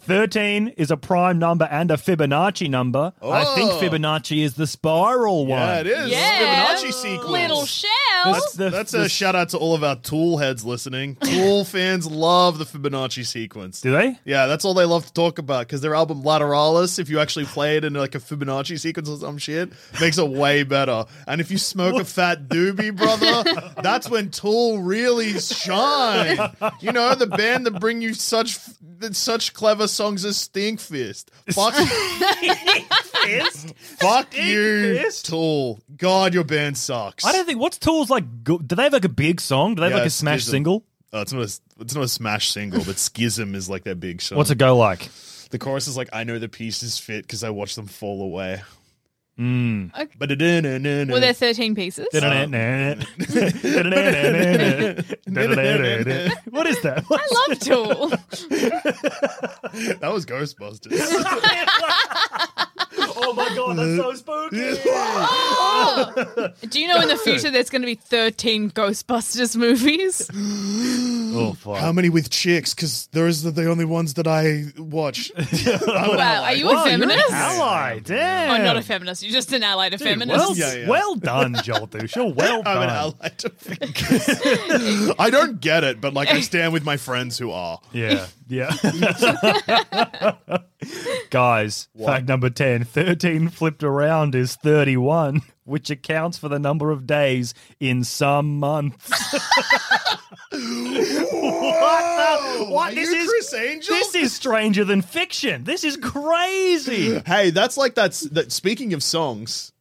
C: 13 is a prime number and a Fibonacci number. I think
D: Oh.
C: Fibonacci is the spiral one.
D: Yeah, it is.
A: Yeah.
D: Fibonacci sequence.
A: Little shell.
D: That's,
C: the-
D: that's
C: the-
D: a shout out to all of our Tool
A: [LAUGHS]
D: heads listening. Tool fans love the Fibonacci sequence.
C: Do they?
D: Yeah, that's all they love to talk about because their album Lateralis, if you actually play it in like a Fibonacci sequence or some shit, makes it way better. And if you smoke a fat doobie, brother, that's when Tool really shine. You know, the band that bring you such such clever songs as Stinkfist.
C: [LAUGHS]
D: Fuck, fuck you, Tool. God, your band sucks.
C: I don't think what's Tool's like. Go, do they have like a big song? Do they have
D: Yeah,
C: like a
D: it's
C: smash
D: Schism.
C: single?
D: Oh, it's not a it's not a smash single, but Schism is like their big song.
C: What's it go like?
D: The chorus is like, I know the pieces fit because I watch them fall away.
C: Mm.
A: Okay.
D: But
A: Were there 13 pieces?
C: what is that?
A: I love
C: [LAUGHS]
A: Tool.
D: [LAUGHS] that was Ghostbusters. [LAUGHS]
C: oh my god, that's so spooky.
A: Do you know in the future there's going to be 13 Ghostbusters movies?
C: [LAUGHS] oh fuck!
D: How many with chicks? Because those are the only ones that I watch.
A: Wow, are you a
C: Wow, Oh, you're an
A: feminist?
C: ally, damn.
A: Oh, not a feminist. You're just an ally to
C: Dude,
A: feminists.
C: Well,
D: Yeah, yeah.
C: well done, Joel Dusha. Well
D: [LAUGHS] I'm an
C: done.
D: ally to feminists. [LAUGHS] I don't get it, but like I stand with my friends who are.
C: Yeah, [LAUGHS] yeah. Guys,
D: What?
C: fact number 10 13 flipped around is 31, which accounts for the number of days in some months. [LAUGHS] what? the-
D: Are
C: What? This
D: you
C: is
D: Chris Angel?
C: This is stranger than fiction. This is
D: [LAUGHS]
C: crazy.
D: Hey, that's like that's that. Speaking of songs,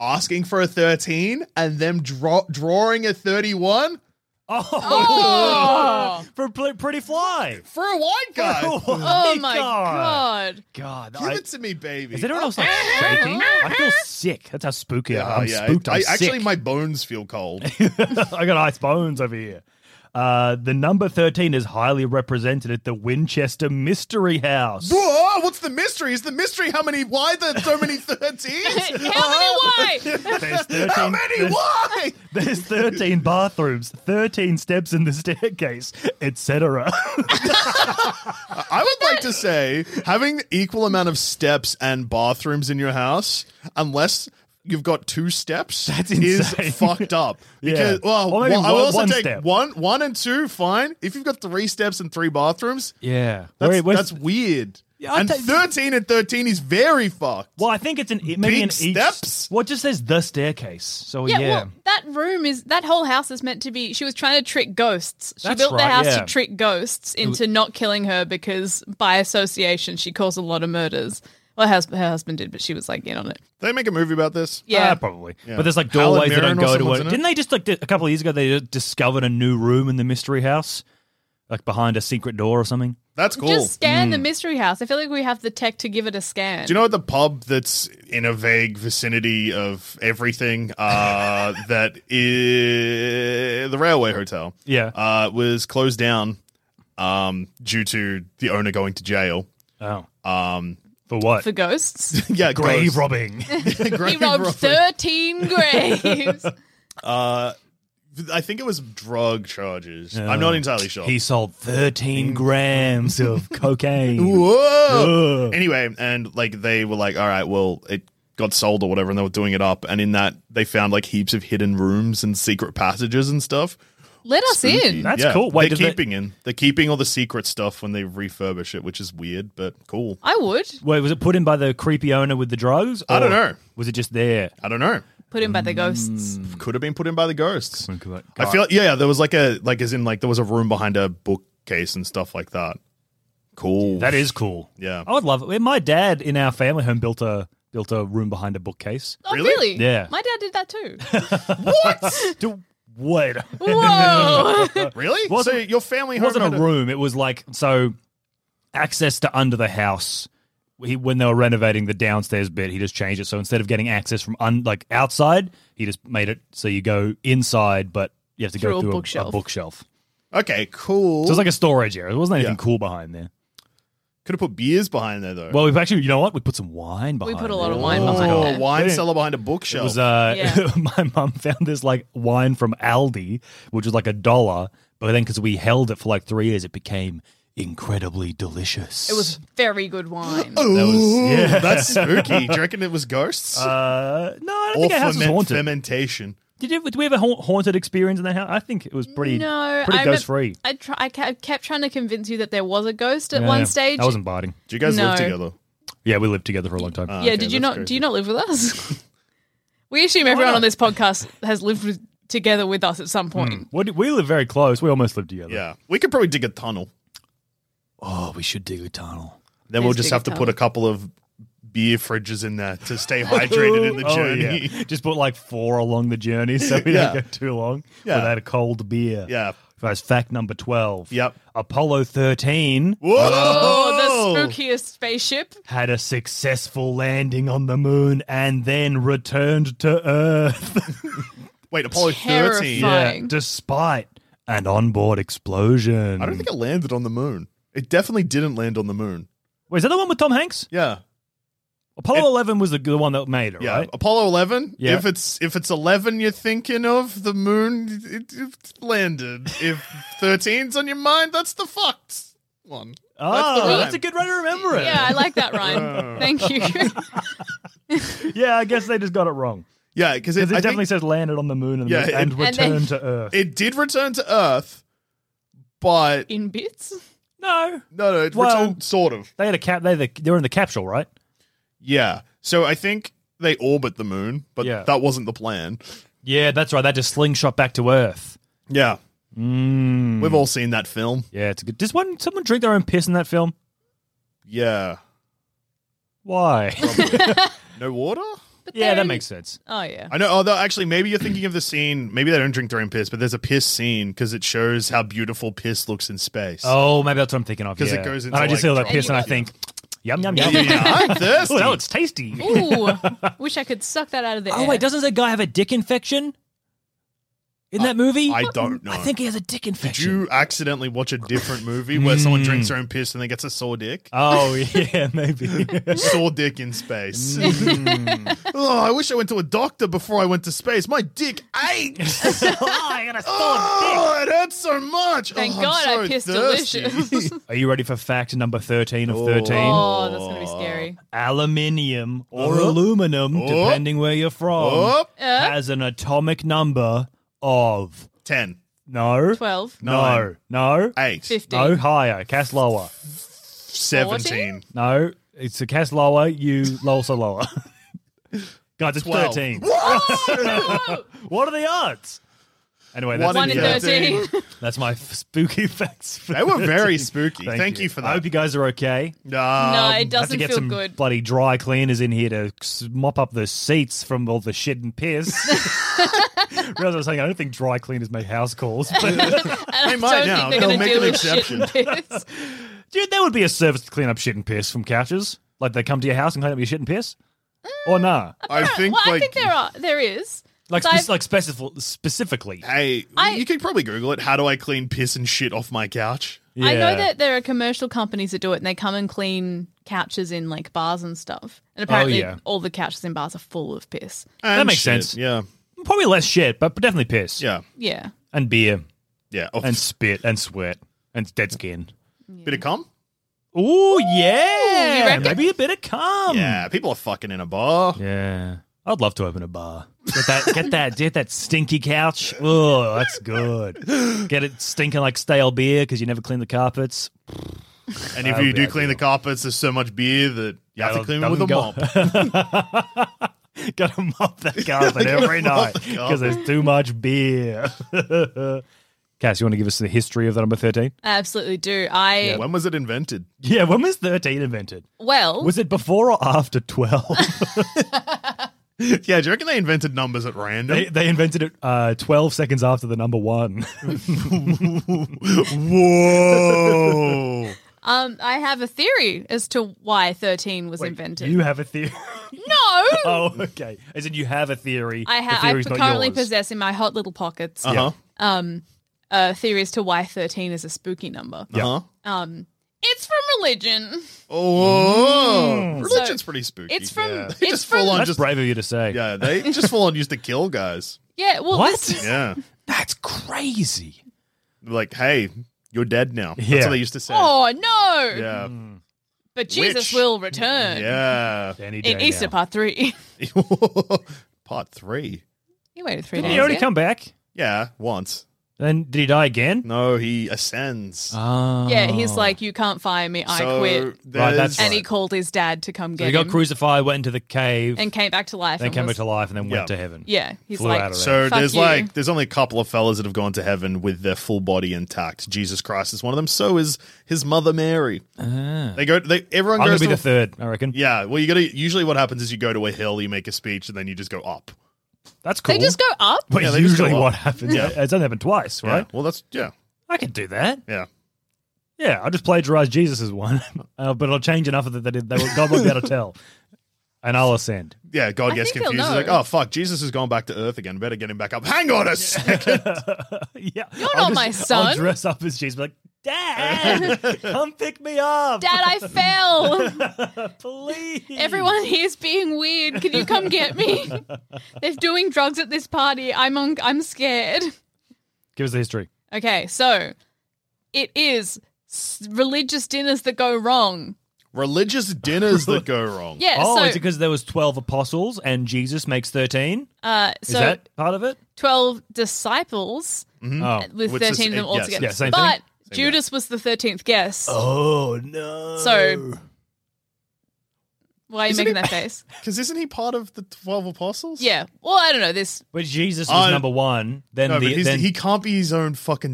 D: asking for a thirteen and them draw, drawing a thirty-one
C: Oh,
A: Oh.
C: for Pl- Pretty Fly.
D: for a white guy. [LAUGHS]
A: Oh my
C: [LAUGHS]
A: god.
C: God,
D: Give
C: I-
D: it to me, baby.
C: is anyone else like shaking? I feel sick. That's how spooky I
D: Yeah,
C: am. I'm
D: yeah,
C: spooked.
D: I,
C: I'm
D: I- actually,
C: sick.
D: my bones feel [LAUGHS] cold.
C: [LAUGHS] I got ice bones over here. Uh, the number 13 is highly represented at the Winchester Mystery House.
D: Whoa, what's the mystery? Is the mystery how many? Why the so [LAUGHS] many
A: How
D: thirteens?
A: many
C: Oh. [LAUGHS]
A: why?
C: There's 13,
D: [LAUGHS] How many? Why?
C: There's 13 bathrooms, 13 steps in the staircase, [LAUGHS] etc.
D: I would like to say having equal amount of steps and bathrooms in your house, unless you've got two steps,
C: That's
D: is
C: insane.
D: fucked up.
C: [LAUGHS] Yeah.
D: Because well,
C: Or maybe
D: one- I
C: one-
D: will also
C: one
D: take
C: step.
D: one, one and two. Fine. If you've got three steps and three bathrooms,
C: Yeah.
D: that's,
C: Wait, where's-
D: that's weird.
C: Yeah, I'd
D: and
C: take-
D: thirteen and thirteen is very fucked.
C: well, I think it's an it- maybe
D: Big
C: an each.
D: steps?
C: Well, it just says the staircase. So yeah.
A: Yeah, well, that room is that whole house is meant to be. She was trying to trick ghosts. She
C: That's
A: built the
C: right,
A: house
C: yeah.
A: to trick ghosts into not killing her because, by association, she caused a lot of murders. Well, her, hus- her husband did, but she was like in on it.
D: Did they make a movie about this?
A: Yeah,
C: Ah, probably.
D: Yeah.
C: But there's like
D: Helen
C: doorways that
D: Mirren
C: don't
D: or
C: go to
D: someone's
C: it.
D: in it?
C: Didn't they just like di- a couple of years ago they discovered a new room in the mystery house, like behind a secret door or something?
D: That's cool.
A: just scan
C: Mm.
A: the mystery house. I feel like we have the tech to give it a scan.
D: Do you know the pub that's in a vague vicinity of everything?
C: [LAUGHS]
D: Uh, that is the Railway Hotel.
C: Yeah.
D: uh, was closed down um, due to the owner going to jail. [LAUGHS]
C: Oh,
D: Um,
C: for what?
A: for ghosts?
C: [LAUGHS]
D: yeah,
C: grave
D: gross.
C: robbing.
A: he
D: [LAUGHS] Grave
A: robbed
D: robbing.
A: thirteen
C: [LAUGHS]
A: graves.
D: Uh, I think it was drug charges. I'm not entirely sure.
C: He sold
D: Mm.
C: 13 grams
D: [LAUGHS]
C: of cocaine.
D: Whoa!
C: Ugh.
D: Anyway, and like they were like, all right, well, it got sold or whatever, and they were doing it up. And in that, they found like heaps of hidden rooms and secret passages and stuff.
A: Let us
D: Spooky.
A: in.
C: That's cool. Wait, does
D: they're
C: that-
D: keeping in. They're keeping all the secret stuff when they refurbish it, which is weird but cool.
A: I would
C: Wait, was it put in by the creepy owner with the drugs?
D: I don't
C: or
D: know.
C: Was it just there?
D: I don't know.
A: put in by the ghosts.
D: Could have been put in by the ghosts.
C: God.
D: I feel yeah, there was like a like as in like there was a room behind a bookcase and stuff like that. Cool.
C: That is cool.
D: Yeah.
C: I would love it. My dad in our family home built a built a room behind a
D: [LAUGHS]
C: bookcase.
A: Oh,
D: Really?
A: really?
C: Yeah.
A: My dad did that too.
C: Dude, wait.
A: Whoa.
D: [LAUGHS] really?
C: Wasn't-
D: so your family
C: It
D: home
C: wasn't
D: had
C: a room. It was like so access to under the house. He, when they were renovating the downstairs bit, he just changed it. So instead of getting access from un, like outside, he just made it so you go inside, but you have to
A: Through
C: go
A: a
C: through a- a
A: bookshelf.
C: bookshelf.
D: Okay, cool.
C: So it was like a storage area. There wasn't anything
D: Yeah.
C: cool behind there.
D: Could have put beers behind there though.
C: Well, we've actually, you know what? We put some wine behind.
A: We put a
C: it.
A: lot of wine behind
D: Oh,
A: it.
D: a wine
C: Yeah.
D: cellar behind a bookshelf.
C: It was uh,
A: Yeah.
C: [LAUGHS] my mum found this like wine from Aldi, which was like a dollar, but then because we held it for like three years, it became incredibly delicious.
A: It was very good wine.
D: Ooh,
C: was- yeah. [LAUGHS]
D: that's spooky. Do you reckon it was ghosts?
C: Uh, no, I don't
D: or
C: think our house was
D: ferment-
C: haunted.
D: fermentation.
C: Did you? Did we have a hau- haunted experience in that house? I think it was pretty,
A: no,
C: pretty
A: I
C: ghost free.
A: remem- I, try, I ca- kept trying to convince you that there was a ghost at
C: Yeah,
A: one stage.
C: I wasn't biting.
D: Do you guys live
A: No.
D: together?
C: Yeah, we lived together for a long time.
D: Uh,
A: yeah, did you not? Do you not live with us? we assume everyone on this podcast has lived with, together with us at some point.
C: What did- we live very close. We almost lived together.
D: Yeah, we could probably dig a tunnel.
C: Oh, we should dig a tunnel.
D: Then we'll
A: Please
D: just
A: dig
D: have
A: a
D: to
A: tunnel.
D: put a couple of beer fridges in there to stay hydrated in the
C: [LAUGHS] Oh,
D: journey. [LAUGHS]
C: yeah. Just put like four along the journey so we don't
D: Yeah.
C: go too long
D: Yeah.
C: without a cold beer.
D: Yeah.
C: That's fact number 12.
D: Yep.
C: Apollo 13
A: Oh, the spookiest spaceship.
C: had a successful landing on the moon and then returned to Earth. [LAUGHS]
D: Wait, Apollo thirteen.
A: Terrifying.
C: Yeah, despite an onboard explosion.
D: I don't think it landed on the moon. It definitely didn't land on the moon.
C: Wait, is that the one with Tom Hanks?
D: Yeah,
C: Apollo 11 was the, the one that made it,
D: yeah.
C: right?
D: Apollo eleven.
C: Yeah.
D: If it's if it's eleven, you're thinking of the moon. It, it landed. If 13's on your mind, that's the fucked one.
C: Oh,
D: rhyme.
C: that's a good way to remember it.
A: Yeah, I like that, Ryan. [LAUGHS] Thank you.
C: [LAUGHS] yeah, I guess they just got it wrong.
D: Yeah, because
C: Because it
D: I think-
C: definitely says landed on the moon and,
D: Yeah, it-
C: and
D: And
C: returned
A: then-
C: to Earth.
D: It did return to Earth, but
A: In bits.
C: [LAUGHS] no,
D: no, no, it
C: Well-
D: returned sort of.
C: they had a cap. They the, they were in the capsule, right?
D: Yeah. So I think they orbit the moon, but
C: Yeah.
D: that wasn't the plan.
C: Yeah, that's right. That just slingshot back to Earth.
D: Yeah.
C: Mm.
D: We've all seen that film.
C: Yeah, it's a good. Does one someone drink their own piss in that film?
D: Yeah.
C: Why?
D: No water?
C: yeah, [LAUGHS] that
A: then-
C: makes sense.
A: Oh
D: [LAUGHS]
A: yeah.
D: I know. Although, actually, maybe you're thinking of the scene. Maybe they don't drink their own piss, but there's a piss scene because it shows how beautiful piss looks in space.
C: Oh, maybe that's what I'm thinking of.
D: 'Cause it
C: yeah.
D: goes
C: And
D: into,
C: I just
D: like,
C: feel that piss, and I
A: Anyway.
C: think, yum yum
D: Yeah,
C: yum. [LAUGHS]
D: I'm thirsty.
C: Oh, that looks tasty.
A: Ooh, wish I could suck that out of the
C: Oh
A: air.
C: wait, doesn't that guy have a dick infection in that movie?
D: Uh, I don't know.
C: I think he has a dick
D: Did
C: infection.
D: you accidentally watch a different movie where someone drinks
C: Hmm.
D: their own piss and then gets a sore dick?
C: Oh [LAUGHS] yeah,
D: [LAUGHS]
C: maybe.
D: Sore dick
A: [LAUGHS]
D: in space.
A: Mm.
D: oh, I wish I went to a doctor before I went to space. My dick
A: [LAUGHS]
D: aches.
C: oh, I got a
D: [LAUGHS] oh, it hurts so much.
A: Thank
D: Oh, I'm
A: God I
D: so
A: pissed
D: thirsty. [LAUGHS]
A: delicious. [LAUGHS]
C: Are you ready for fact number 13 of 13?
A: oh, that's gonna be scary.
C: Aluminium or aluminum, depending where you're from,
D: Uh-huh. Oh.
C: has an atomic number of
D: Ten,
C: no,
A: Twelve.
C: no, no,
D: eight,
A: Fifteen.
C: [LAUGHS] no higher, cast lower.
D: seventeen,
C: No, it's a cast lower, you also lower. [LAUGHS] Guys, it's
D: Twelve.
C: 13.
A: Whoa!
C: What are the odds? Anyway, that's,
A: One in
C: yeah,
A: thirteen.
C: that's my f- spooky [LAUGHS] facts. For
D: They were
C: 13.
D: very spooky. Thank you for
C: I
D: that.
C: hope you guys are okay.
A: no,
D: Um,
A: Uh, it
C: I have to
A: doesn't
C: get
A: feel
C: some [LAUGHS]
A: good.
C: bloody dry cleaners in here to s- mop up the seats from all the shit and
A: [LAUGHS]
C: piss. Realize I was saying I don't think dry cleaners make house calls,
A: [LAUGHS]
C: but [LAUGHS]
A: And
D: They
A: I don't
D: might now.
A: think they're gonna
D: They'll make an
A: deal with shit [LAUGHS]
D: exception.
A: and piss.
C: dude, there would be a service to clean up shit and piss from couches. Like they come to your house and clean up your shit and piss,
A: Mm,
C: or nah?
D: I think
A: well, I
D: like
A: think there are. There is.
C: Like
A: I've-
C: spe- like specif- specifically,
D: hey,
A: I-
D: you could probably Google it. How do I clean piss and shit off my couch?
A: I
C: Yeah.
A: know that there are commercial companies that do it, and they come and clean couches in like bars and stuff. And apparently,
C: yeah.
A: all the couches in bars are full of piss.
D: And
C: makes
D: shit.
C: sense.
D: Yeah,
C: probably less shit, but definitely piss.
D: yeah,
A: Yeah,
C: and beer
D: yeah. Oh,
C: and spit and sweat and dead skin.
D: bit of cum.
C: Ooh, yeah,
A: reckon?
C: maybe a bit of cum.
D: Yeah, people are fucking in a bar.
C: Yeah. I'd love to open a bar. Get that, get that, [LAUGHS] get that stinky couch. Oh, that's good. Get it stinking like stale beer because you never clean the carpets. [LAUGHS]
D: And if
C: That would
D: you
C: be
D: do clean the
C: ideal.
D: carpets, there's so much beer that you have to clean it with
C: [LAUGHS]
D: a mop.
C: mop. Gotta mop [LAUGHS] that carpet every night
D: mop the
C: because there's too much beer. [LAUGHS] Cass, you want to give us the history of the number 13?
A: I absolutely do. I
D: When was it invented? [LAUGHS]
C: Yeah, when was 13 invented?
A: well,
C: Was it before or after [LAUGHS] 12?
D: yeah, do you reckon they invented numbers at random?
C: they, they invented it uh, 12 seconds after the number one.
D: [LAUGHS] Whoa.
A: um, I have a theory as to why thirteen was invented.
C: you have a theory.
A: no,
C: [LAUGHS]
D: [LAUGHS]
C: Oh, okay. As in, you have a theory.
A: I
C: The
A: ha- I
C: theory's not
A: currently
C: yours.
A: possess in my hot little pockets
D: Uh huh.
A: um, a theory as to why thirteen is a spooky number.
D: Uh huh.
A: It's from religion.
D: Oh,
A: Mm.
D: religion's
A: So,
D: pretty spooky.
A: it's from-
D: Yeah.
A: it's from-
C: That's brave of you to say.
D: Yeah, they just full on used to kill guys.
A: Yeah. Well, this is-
D: Yeah,
C: that's crazy.
D: Like, hey, you're dead now. That's
C: Yeah.
D: what they used to say.
A: Oh no!
D: Yeah,
A: But Jesus
D: Which-
A: will return
D: yeah.
A: in Easter Part Three.
D: [LAUGHS]
A: [LAUGHS]
D: part three.
A: you waited 3
C: Didn't
A: days.
C: he already
A: yeah?
C: come back?
D: Yeah, once.
C: Then did he die again?
D: No, he ascends.
C: Oh.
A: Yeah, he's like, you can't fire me. I
D: So
A: quit.
C: Right, that's
A: and he
C: right.
A: called his dad to come
C: So
A: get
C: he got
A: him
C: crucified, went into the cave,
A: and came back to life.
C: then
A: and
C: came
A: was-
C: back to life, and then
D: Yeah.
C: went to heaven.
A: Yeah, he's
C: Flew
A: like,
C: out of there.
D: So
A: Fuck
D: there's
A: you.
D: like there's only a couple of fellas that have gone to heaven with their full body intact. Jesus Christ is one of them. So is his mother Mary. They go. They everyone
C: Ah. I'm gonna
D: goes
C: be the
D: to
C: third, I reckon.
D: Yeah. Well, you got to. Usually, what happens is you go to a hill, you make a speech, and then you just go up.
C: That's cool.
A: They just go
C: [LAUGHS]
A: up.
C: But
D: Yeah, they just go
C: usually,
D: up.
C: what happens?
D: Yeah.
C: Yeah, it's only happened twice, right?
D: Yeah. Well, that's yeah.
C: I could do that.
D: Yeah.
C: Yeah, I'll just plagiarize Jesus' one, [LAUGHS] uh, but I'll change enough of it that it- they will, God won't be able to
D: [LAUGHS]
C: tell, and I'll ascend.
D: Yeah, God
A: I
D: gets
A: think they'll
D: confused. He's like,
A: know.
D: "Oh fuck, Jesus has gone back to Earth again. Better get him back up." [LAUGHS] Hang on a
A: [LAUGHS]
D: second.
C: Yeah,
A: You're
C: I'll
A: not my son.
C: I'll dress up as Jesus, be like,
D: [LAUGHS]
C: Dad, come pick me up,
A: Dad, I
C: [LAUGHS]
A: fell.
C: please.
A: Everyone here's being weird. Can you come get
C: [LAUGHS]
A: me? They're doing drugs at this party. I'm on, I'm scared.
C: give us the history.
A: Okay, so it is s- religious dinners that go wrong.
D: Religious dinners that go wrong.
A: Yeah.
C: oh,
A: so
C: is it because there was twelve apostles and Jesus makes thirteen?
A: uh,
C: Is
A: so
C: that part of it?
A: twelve disciples
C: Oh,
A: with
D: Which is-
A: thirteen of them
D: it-
A: all
D: yes,
A: together.
C: yeah, same thing.
A: but Judas was the thirteenth guest.
C: oh no.
A: So- Why are you
D: Isn't
A: making
D: it-
A: that face?
D: Because isn't he part of the twelve apostles?
A: Yeah. Well, I don't know. This
C: but Jesus was
D: I-
C: number one. Then
D: No, but
C: the
D: he's,
C: then,
D: he can't be his own fucking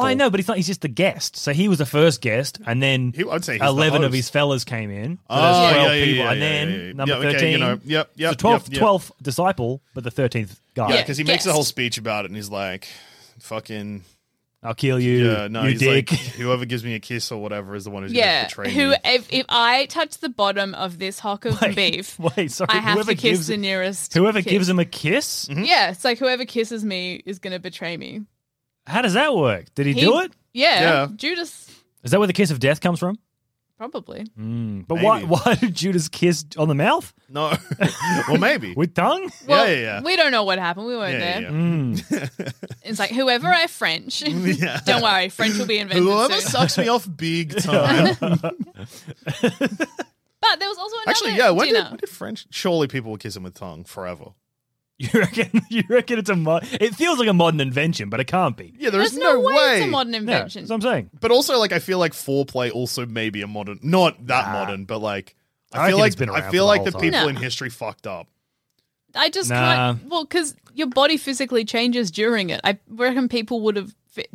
C: No, I know, but he's not. He's just the guest. So he was the first guest, and then
D: He- I'd say he's the
C: eleven of
D: host.
C: his fellas came in. So
D: Oh,
C: there's
D: yeah,
C: twelve
D: yeah,
C: people,
D: yeah,
C: and
D: yeah,
C: then
D: yeah, yeah.
C: number
D: Yeah, okay,
C: thirteen.
D: you know, yep, yep,
C: so 12th,
D: yep, yep.
C: 12th disciple, but the thirteenth guy.
D: Yeah, because he makes a
A: guest.
D: whole speech about it, and he's like, "Fucking
C: I'll kill you.
D: yeah, no,
C: you
D: he's
C: dick.
D: like,
A: [LAUGHS]
D: [LAUGHS] whoever gives me a kiss or whatever is the one who's
A: yeah.
D: gonna betray
A: Who
D: me."
A: if, if I touch the bottom of this hock of
C: Wait, [LAUGHS]
A: beef,
C: Wait, sorry.
A: I have
C: whoever
A: to kiss
C: gives,
A: the nearest.
C: whoever
A: kid.
C: gives him a Hmm? kiss.
D: Mm-hmm.
A: Yeah, it's like whoever kisses me is going to betray me.
C: How does that work? Did he, do it?
A: Yeah,
D: Yeah.
A: Judas
C: Is that where the kiss of death comes from?
A: probably.
C: Hmm. But why?
D: Maybe.
C: Why did Judas kiss on the mouth
D: No, [LAUGHS] well maybe.
C: with tongue?
A: [LAUGHS]
C: [LAUGHS]
A: Well,
D: yeah, yeah,
A: We don't know what happened. We weren't
D: yeah.
A: there.
D: yeah, yeah.
C: Mm.
A: It's like
D: [LAUGHS]
A: whoever I French.
D: Yeah.
A: [LAUGHS] don't worry, French will be invented
D: Whoever
A: soon.
D: sucks me off
C: [LAUGHS]
D: big time.
A: But there was also another
D: Actually, yeah. When did,
A: dinner.
D: when did French? Surely people will kiss him with tongue forever.
C: You reckon? You reckon it's a? Mo- it feels like a modern invention, but it can't be.
D: Yeah, there
A: There's
D: is no, way.
A: it's a modern
C: Yeah,
A: invention.
C: that's what I'm saying.
D: But also, like, I feel like foreplay also may be a modern, not that modern, but like, I,
C: I
D: feel
C: reckon
D: like
C: it's been
D: I
C: around
D: feel
C: for the
D: like
C: whole
D: the
C: time.
D: people
A: No.
D: in history fucked up.
A: I just
C: Nah.
A: can't. Well, because your body physically changes during it. I reckon people would have. Fi-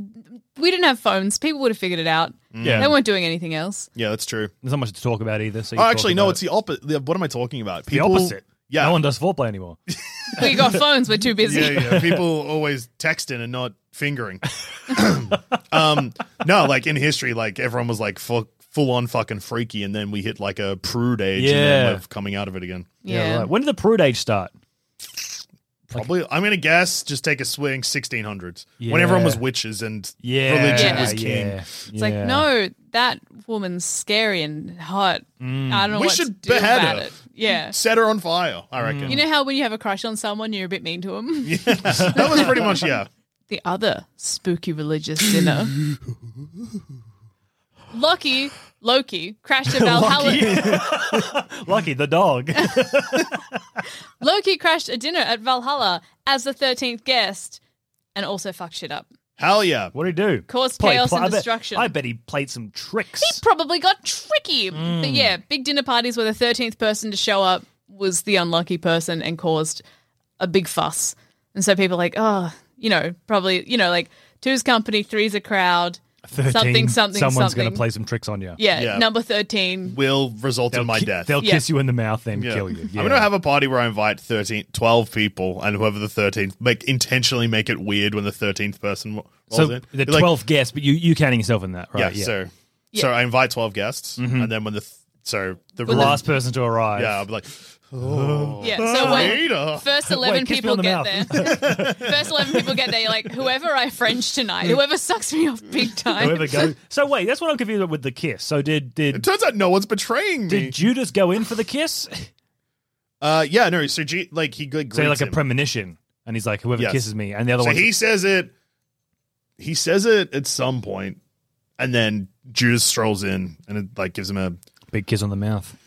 A: we didn't have phones. People would have figured it out.
D: Mm.
C: Yeah.
A: They weren't doing anything else.
D: Yeah, that's true.
C: There's not much to talk about either. So you
D: Oh,
C: talk
D: actually, no,
C: about
D: it's the opposite. What am I talking about?
C: the
D: People,
C: opposite.
D: Yeah,
C: no one does foreplay
D: [LAUGHS]
C: anymore.
A: We got phones. We're too busy.
D: yeah, yeah. People
C: [LAUGHS]
D: always texting and not fingering. [CLEARS THROAT] um, no, like in history, like everyone was like full, full on fucking freaky, and then we hit like a prude age, and
C: Yeah.
D: then we're coming out of it again.
A: [LAUGHS] Yeah.
C: right. When did the prude age start?
D: Probably, I'm gonna guess. Just take a swing, 1600s, when
C: Yeah.
D: everyone was witches and
C: Yeah,
D: religion
A: Yeah.
D: was king.
C: Yeah.
A: It's like no, that woman's scary and hot.
C: Mm.
A: I don't know
D: We
A: what
D: should
A: to do
D: behead
A: about
D: her.
A: it.
C: [LAUGHS]
A: Yeah.
D: Set her on fire, I reckon.
A: You know how when you have a crush on someone, you're a bit mean to them.
D: [LAUGHS] that was pretty much yeah.
A: The other spooky religious
C: [LAUGHS]
A: dinner. Loki, Loki crashed
C: [LAUGHS]
A: to Valhalla.
C: Lucky
A: [LAUGHS]
C: the dog.
A: Loki crashed a dinner at Valhalla as the thirteenth guest, and also fucked shit up.
D: Hell yeah.
C: what did he do?
A: Caused
C: Play-
A: chaos
C: play-
A: and
C: I bet-
A: destruction.
C: I bet he played some tricks.
A: He
C: [LAUGHS]
A: probably got tricky.
C: Hmm.
A: But yeah, big dinner parties where the 13th person to show up was the unlucky person and caused a big fuss. And so people are like, oh, you know, probably, you know, like two's company, three's a crowd,
C: 13,
A: something, something,
C: Someone's
A: something.
C: to play some tricks on you.
A: Yeah,
D: Yeah.
A: number 13.
D: Will result
C: They'll
D: in my
C: ki-
D: death.
C: They'll
A: Yeah.
C: kiss you in the mouth, then
D: Yeah.
C: kill you.
D: I'm
C: Yeah.
D: gonna have a party where I invite 13, 12 people, and whoever the thirteenth make intentionally make it weird when the thirteenth person ro- rolls
C: so
D: in.
C: the
D: Be like,
C: twelfth guest, but you you counting yourself in that,
D: yeah,
C: right?
D: So, so I invite twelve guests, and then when the th- so the
C: The Mm-hmm. last person to arrive.
D: yeah, I'll be like, Oh.
A: Yeah. So when
D: Later.
A: first eleven
C: Oh. Wait, kiss me
A: people
C: on the
A: get
C: mouth. [LAUGHS]
A: there, first eleven people get there, you're like, whoever I French tonight, whoever sucks me off big time.
C: Mm. Whoever goes. So wait, that's what I'm confused about with the kiss. So did did
D: It turns out no one's betraying me.
C: did Judas go in for the kiss?
D: Uh, yeah, no. So G- like he
C: [LAUGHS]
D: like,
C: Say like
D: greets
C: a
D: him.
C: premonition, and he's like, whoever
D: Yes.
C: kisses me, and the other
D: So
C: one.
D: he says it. He says it at some point, and then Judas strolls in and it like gives him a
C: big kiss on the mouth.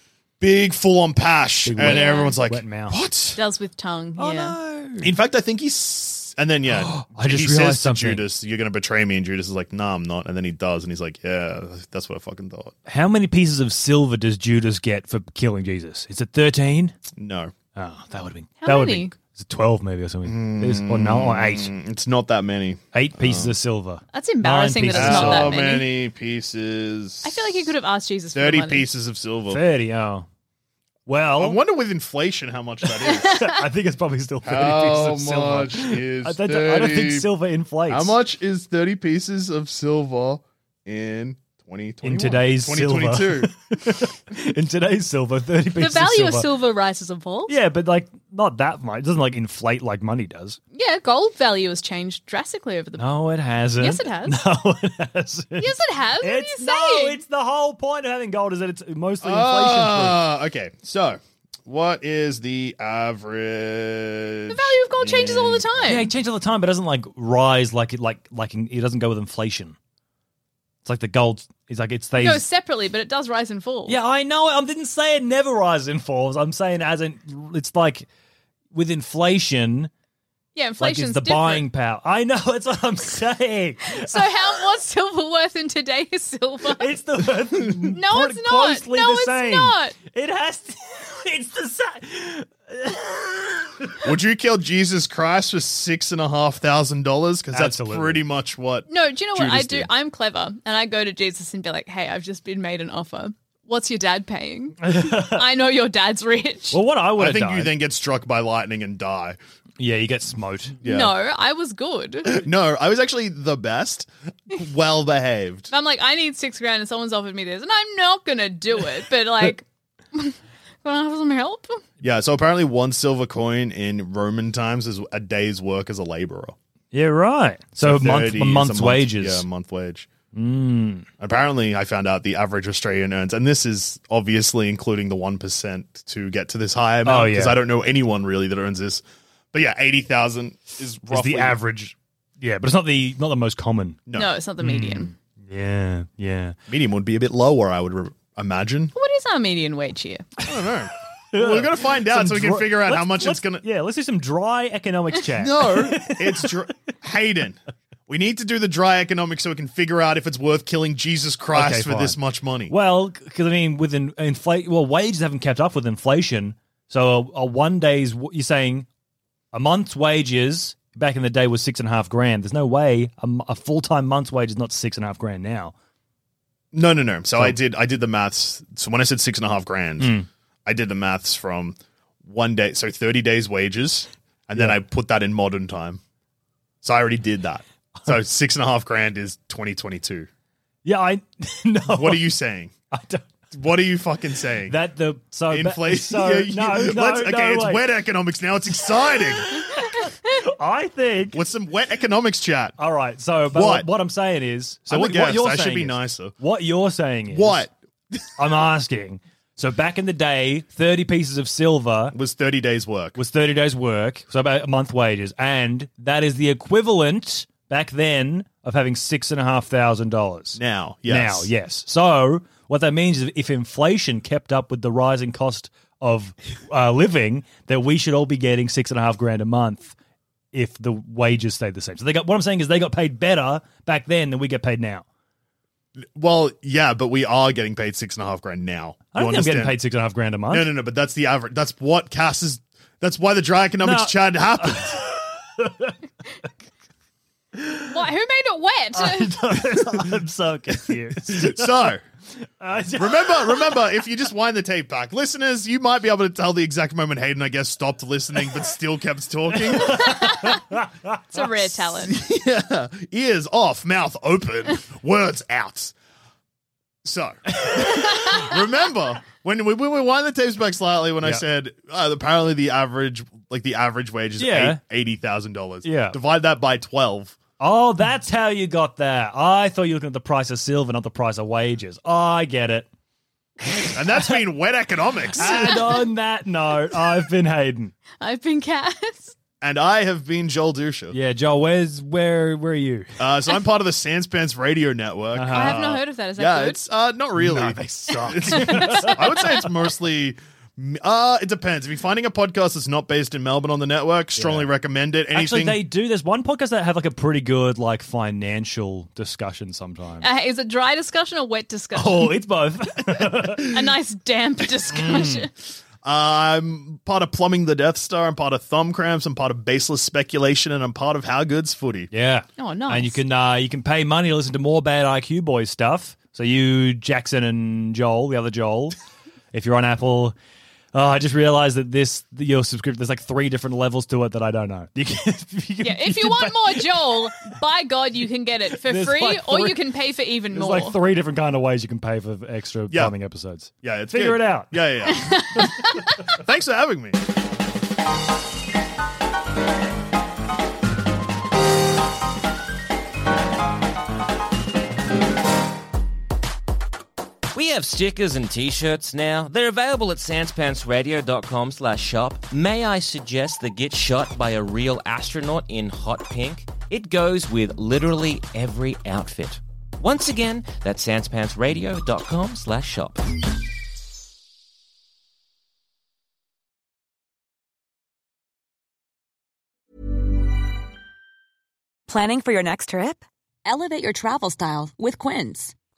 D: big full on pash, and
C: wet-
D: everyone's like,
C: wet mouth.
D: "What?"
A: Does with tongue.
C: Oh,
A: yeah.
D: In fact, I think he's. And then yeah,
C: [GASPS] I just
D: he
C: realized
D: says to
C: something.
D: Judas, "You're going to betray me," and Judas is like, "No, I'm not." And then he does, and he's like, "Yeah, that's what I fucking thought."
C: How many pieces of silver does Judas get for killing Jesus? Is it thirteen?
D: No,
C: Oh, that would have been.
A: How
C: that would
A: many?
C: be. Is it twelve maybe or something? It is- or no, or eight.
D: Mm, it's not that many.
C: Eight pieces of silver.
A: That's embarrassing
C: Nine
A: that it's
C: pieces of
A: not
D: How
A: that
C: silver.
A: many.
D: many. pieces?
A: I feel like you could have asked Jesus for the
D: thirty
A: money.
D: pieces of silver.
C: Thirty. Oh,
D: I
C: well,
D: wonder with inflation how
A: [LAUGHS]
D: much that
C: [LAUGHS]
D: is.
C: I think it's probably still thirty
D: How
C: pieces of silver.
D: much is
C: I, don't, I don't think
D: 30
C: silver inflates.
D: How much is 30 pieces of silver in 2021?
C: In today's silver.
D: 2022.
C: [LAUGHS] in today's silver? Thirty
A: The
C: pieces.
A: value
C: of
A: of silver rises and falls.
C: Yeah, but like not that much. It doesn't like inflate like money does.
A: Yeah, gold value has changed drastically over the.
C: No, it hasn't. [LAUGHS]
A: Yes, it has.
C: No, it hasn't.
A: Yes, it has. What
C: It's
A: are you
C: no.
A: saying?
C: It's the whole point of having gold is that it's mostly inflation.
D: Ah, okay. So, what is the average?
A: the value of gold changes all the time.
C: Yeah, it changes all the time, but it doesn't like rise like it like like in- it doesn't go with inflation. It's like the gold is like it
A: it
C: stays.
A: goes separately, but it does rise and fall.
C: yeah, I know. I didn't say it never rises and falls. I'm saying as in it's like with inflation,
A: yeah.
C: like
A: Inflation's
C: it's the
A: different.
C: buying power. I know. [LAUGHS] That's what I'm saying.
A: So how what's silver worth in today's [LAUGHS] silver?
C: It's the [LAUGHS] no,
A: [LAUGHS] No, it's not.
C: Closely
A: No,
C: the
A: it's
C: same.
A: not.
C: It has. To, [LAUGHS] it's the same.
D: Would you kill Jesus Christ for six and a half thousand dollars? Because that's
C: Absolutely.
D: pretty much what.
A: No, do you know what
D: Judas
A: I do?
D: did.
A: I'm clever, and I go to Jesus and be like, "Hey, I've just been made an offer. What's your dad
D: [LAUGHS]
A: paying? I know your dad's rich.
C: well, what I would
D: I
C: have
D: think
C: done.
D: you then get struck by lightning and die. [CLEARS THROAT]
C: yeah, you get smote.
D: Yeah.
A: No, I was good. But
D: No, I was actually the best, well behaved.
A: I'm like, I need six grand, and someone's offered me this, and I'm not gonna do it.
D: [LAUGHS]
A: But like, [LAUGHS] can I have some help?
D: Yeah, so apparently one silver coin in Roman times is a day's work as a laborer.
C: Yeah, right. So, month,
D: 30
C: a
D: is
C: month's
D: month-
C: wages. Hmm.
D: Yeah, a month wage. Apparently, I found out the average Australian earns, and this is obviously including the 1% to get to this high
C: Oh,
D: amount,
C: yeah.
D: because I don't know anyone really that earns this. But yeah, 80,000 is
C: Is
D: roughly
C: the average. Yeah, but it's not the not the most common.
D: No. Mm.
A: No, it's not the median.
C: Yeah, yeah.
D: Median would be a bit lower, I would re- imagine.
A: What is our median wage here?
D: [LAUGHS] Well, we're going to find out
C: Some
D: so we can
C: dry-
D: figure out how
C: let's-
D: much
C: let's-
D: it's going [LAUGHS] to.
C: Yeah, let's do some dry
A: [LAUGHS]
C: economics chat.
D: No, it's dr- Hayden. We need to do the dry economics so we can figure out if it's worth killing Jesus Christ
C: Okay,
D: for
C: fine.
D: this much money.
C: Well, because I mean, with in, inflation, well, wages haven't kept up with inflation. So a, a one day's w- you're saying a month's wages back in the day was six and a half grand. There's no way a, full time month's wage is not six and a half grand now.
D: No, no, no. So I did I did the maths. So when I said six and a half grand, I did the maths from one day, so thirty days wages, and then I put that in modern time. So I already did that. So six and a half grand is twenty twenty two.
C: Yeah, I [LAUGHS] no.
D: What are you [LAUGHS] saying?
C: I don't,
D: What are you fucking saying?
C: that the so ba-
D: Inflation.
C: Oh, So,
D: [LAUGHS] Yeah, you-
C: no, no,
D: let's-
C: no,
D: okay, it's
C: wait.
D: wet economics now.
C: [LAUGHS]
D: It's exciting.
C: I think.
D: What's some wet economics chat?
C: All right. So, but
D: What?
C: what? I'm saying is, so
D: I'm a
C: what,
D: guest,
C: what you're
D: I should
C: saying
D: be
C: is-
D: nicer.
C: What you're saying is
D: What
C: I'm asking. So back in the day, thirty pieces of silver
D: was thirty days work?
C: was 30 days work, so about a month wages, and that is the equivalent back then of having six and a half thousand dollars.
D: now? Yes.
C: Now, yes. So what that means is if inflation kept up with the rising cost of uh, living, that we should all be getting six and a half grand a month if the wages stayed the same. So they got what I'm saying is they got paid better back then than we get paid now.
D: Well, yeah, but we are getting paid six and a half grand now.
C: I don't think I'm
D: You understand?
C: getting paid six and a half grand a month.
D: No, no, no. But that's the average. That's what Cass is. That's why the dry economics
C: No.
D: chat happened.
C: [LAUGHS]
A: What? Who
D: [LAUGHS]
A: made it wet?
C: [LAUGHS] I'm so confused.
D: so [LAUGHS]
C: I just-
D: remember, remember, if you just wind the tape back, listeners, you might be able to tell the exact moment Hayden, I guess, stopped listening but still kept talking.
A: [LAUGHS] it's a rare talent.
D: yeah, ears off, mouth open, words out. So remember when we, we wind the tapes back slightly, when I
C: Yeah.
D: said uh, apparently the average, like the average wage is
C: Yeah.
D: eight- eighty thousand dollars.
C: Yeah.
D: divide that by twelve.
C: Oh, that's how you got that. I thought you were looking at the price of silver, not the price of wages. I get it.
D: And
C: [LAUGHS]
D: that's been wet economics.
C: And on that note, I've been Hayden.
A: I've been Cass.
D: And I have been Joel Dusha.
C: Yeah, Joel, where's where where are you?
D: Uh, so I'm part of the Sanspants Radio Network.
C: Uh-huh.
A: I have not heard of that. Is that
D: Ah. yeah,
A: good?
D: it's uh, not really.
C: No, they suck.
D: It's- it's- I would say it's mostly. Uh, it depends. If you're finding a podcast that's not based in Melbourne on the network, strongly recommend it.
C: Actually,
D: Anything
C: they do. There's one podcast that have like a pretty good like financial discussion sometimes.
A: Uh, is it dry discussion or wet discussion?
C: Oh, it's both. [LAUGHS]
A: a nice
D: [LAUGHS] Mm.
A: damp discussion.
D: I'm um, part of Plumbing the Death Star. I'm part of Thumb Cramps. I'm part of Baseless Speculation, and I'm part of How Good's Footy.
C: Yeah.
A: Oh, nice.
C: And you can uh, you can pay money to listen to more bad IQ boys stuff. So you, Jackson, and Joel, the
A: [LAUGHS]
C: other Joel, if you're on Apple. Oh, I just realized that this your subscription. There's like three different levels to it that I don't know. You can, [LAUGHS] you can-
A: Yeah, if
C: you
A: you want more Joel, by God, you can get it for
C: There's
A: free,
C: like
A: or
C: three-
A: you can pay for even
C: there's
A: more.
C: like three different kind of ways you can pay for extra
D: Yeah.
C: plumbing episodes.
D: Yeah, it's
C: Figure it
D: good.
C: out.
D: Yeah, yeah. yeah.
C: [LAUGHS]
D: Thanks for having me.
E: We have stickers and t-shirts now. They're available at sanspantsradio.com slash shop. May I suggest the Get Shot by a Real Astronaut in Hot Pink? It goes with literally every outfit. Once again, that's sanspantsradio.com slash shop.
F: Planning for your next trip? Elevate your travel style with Quince.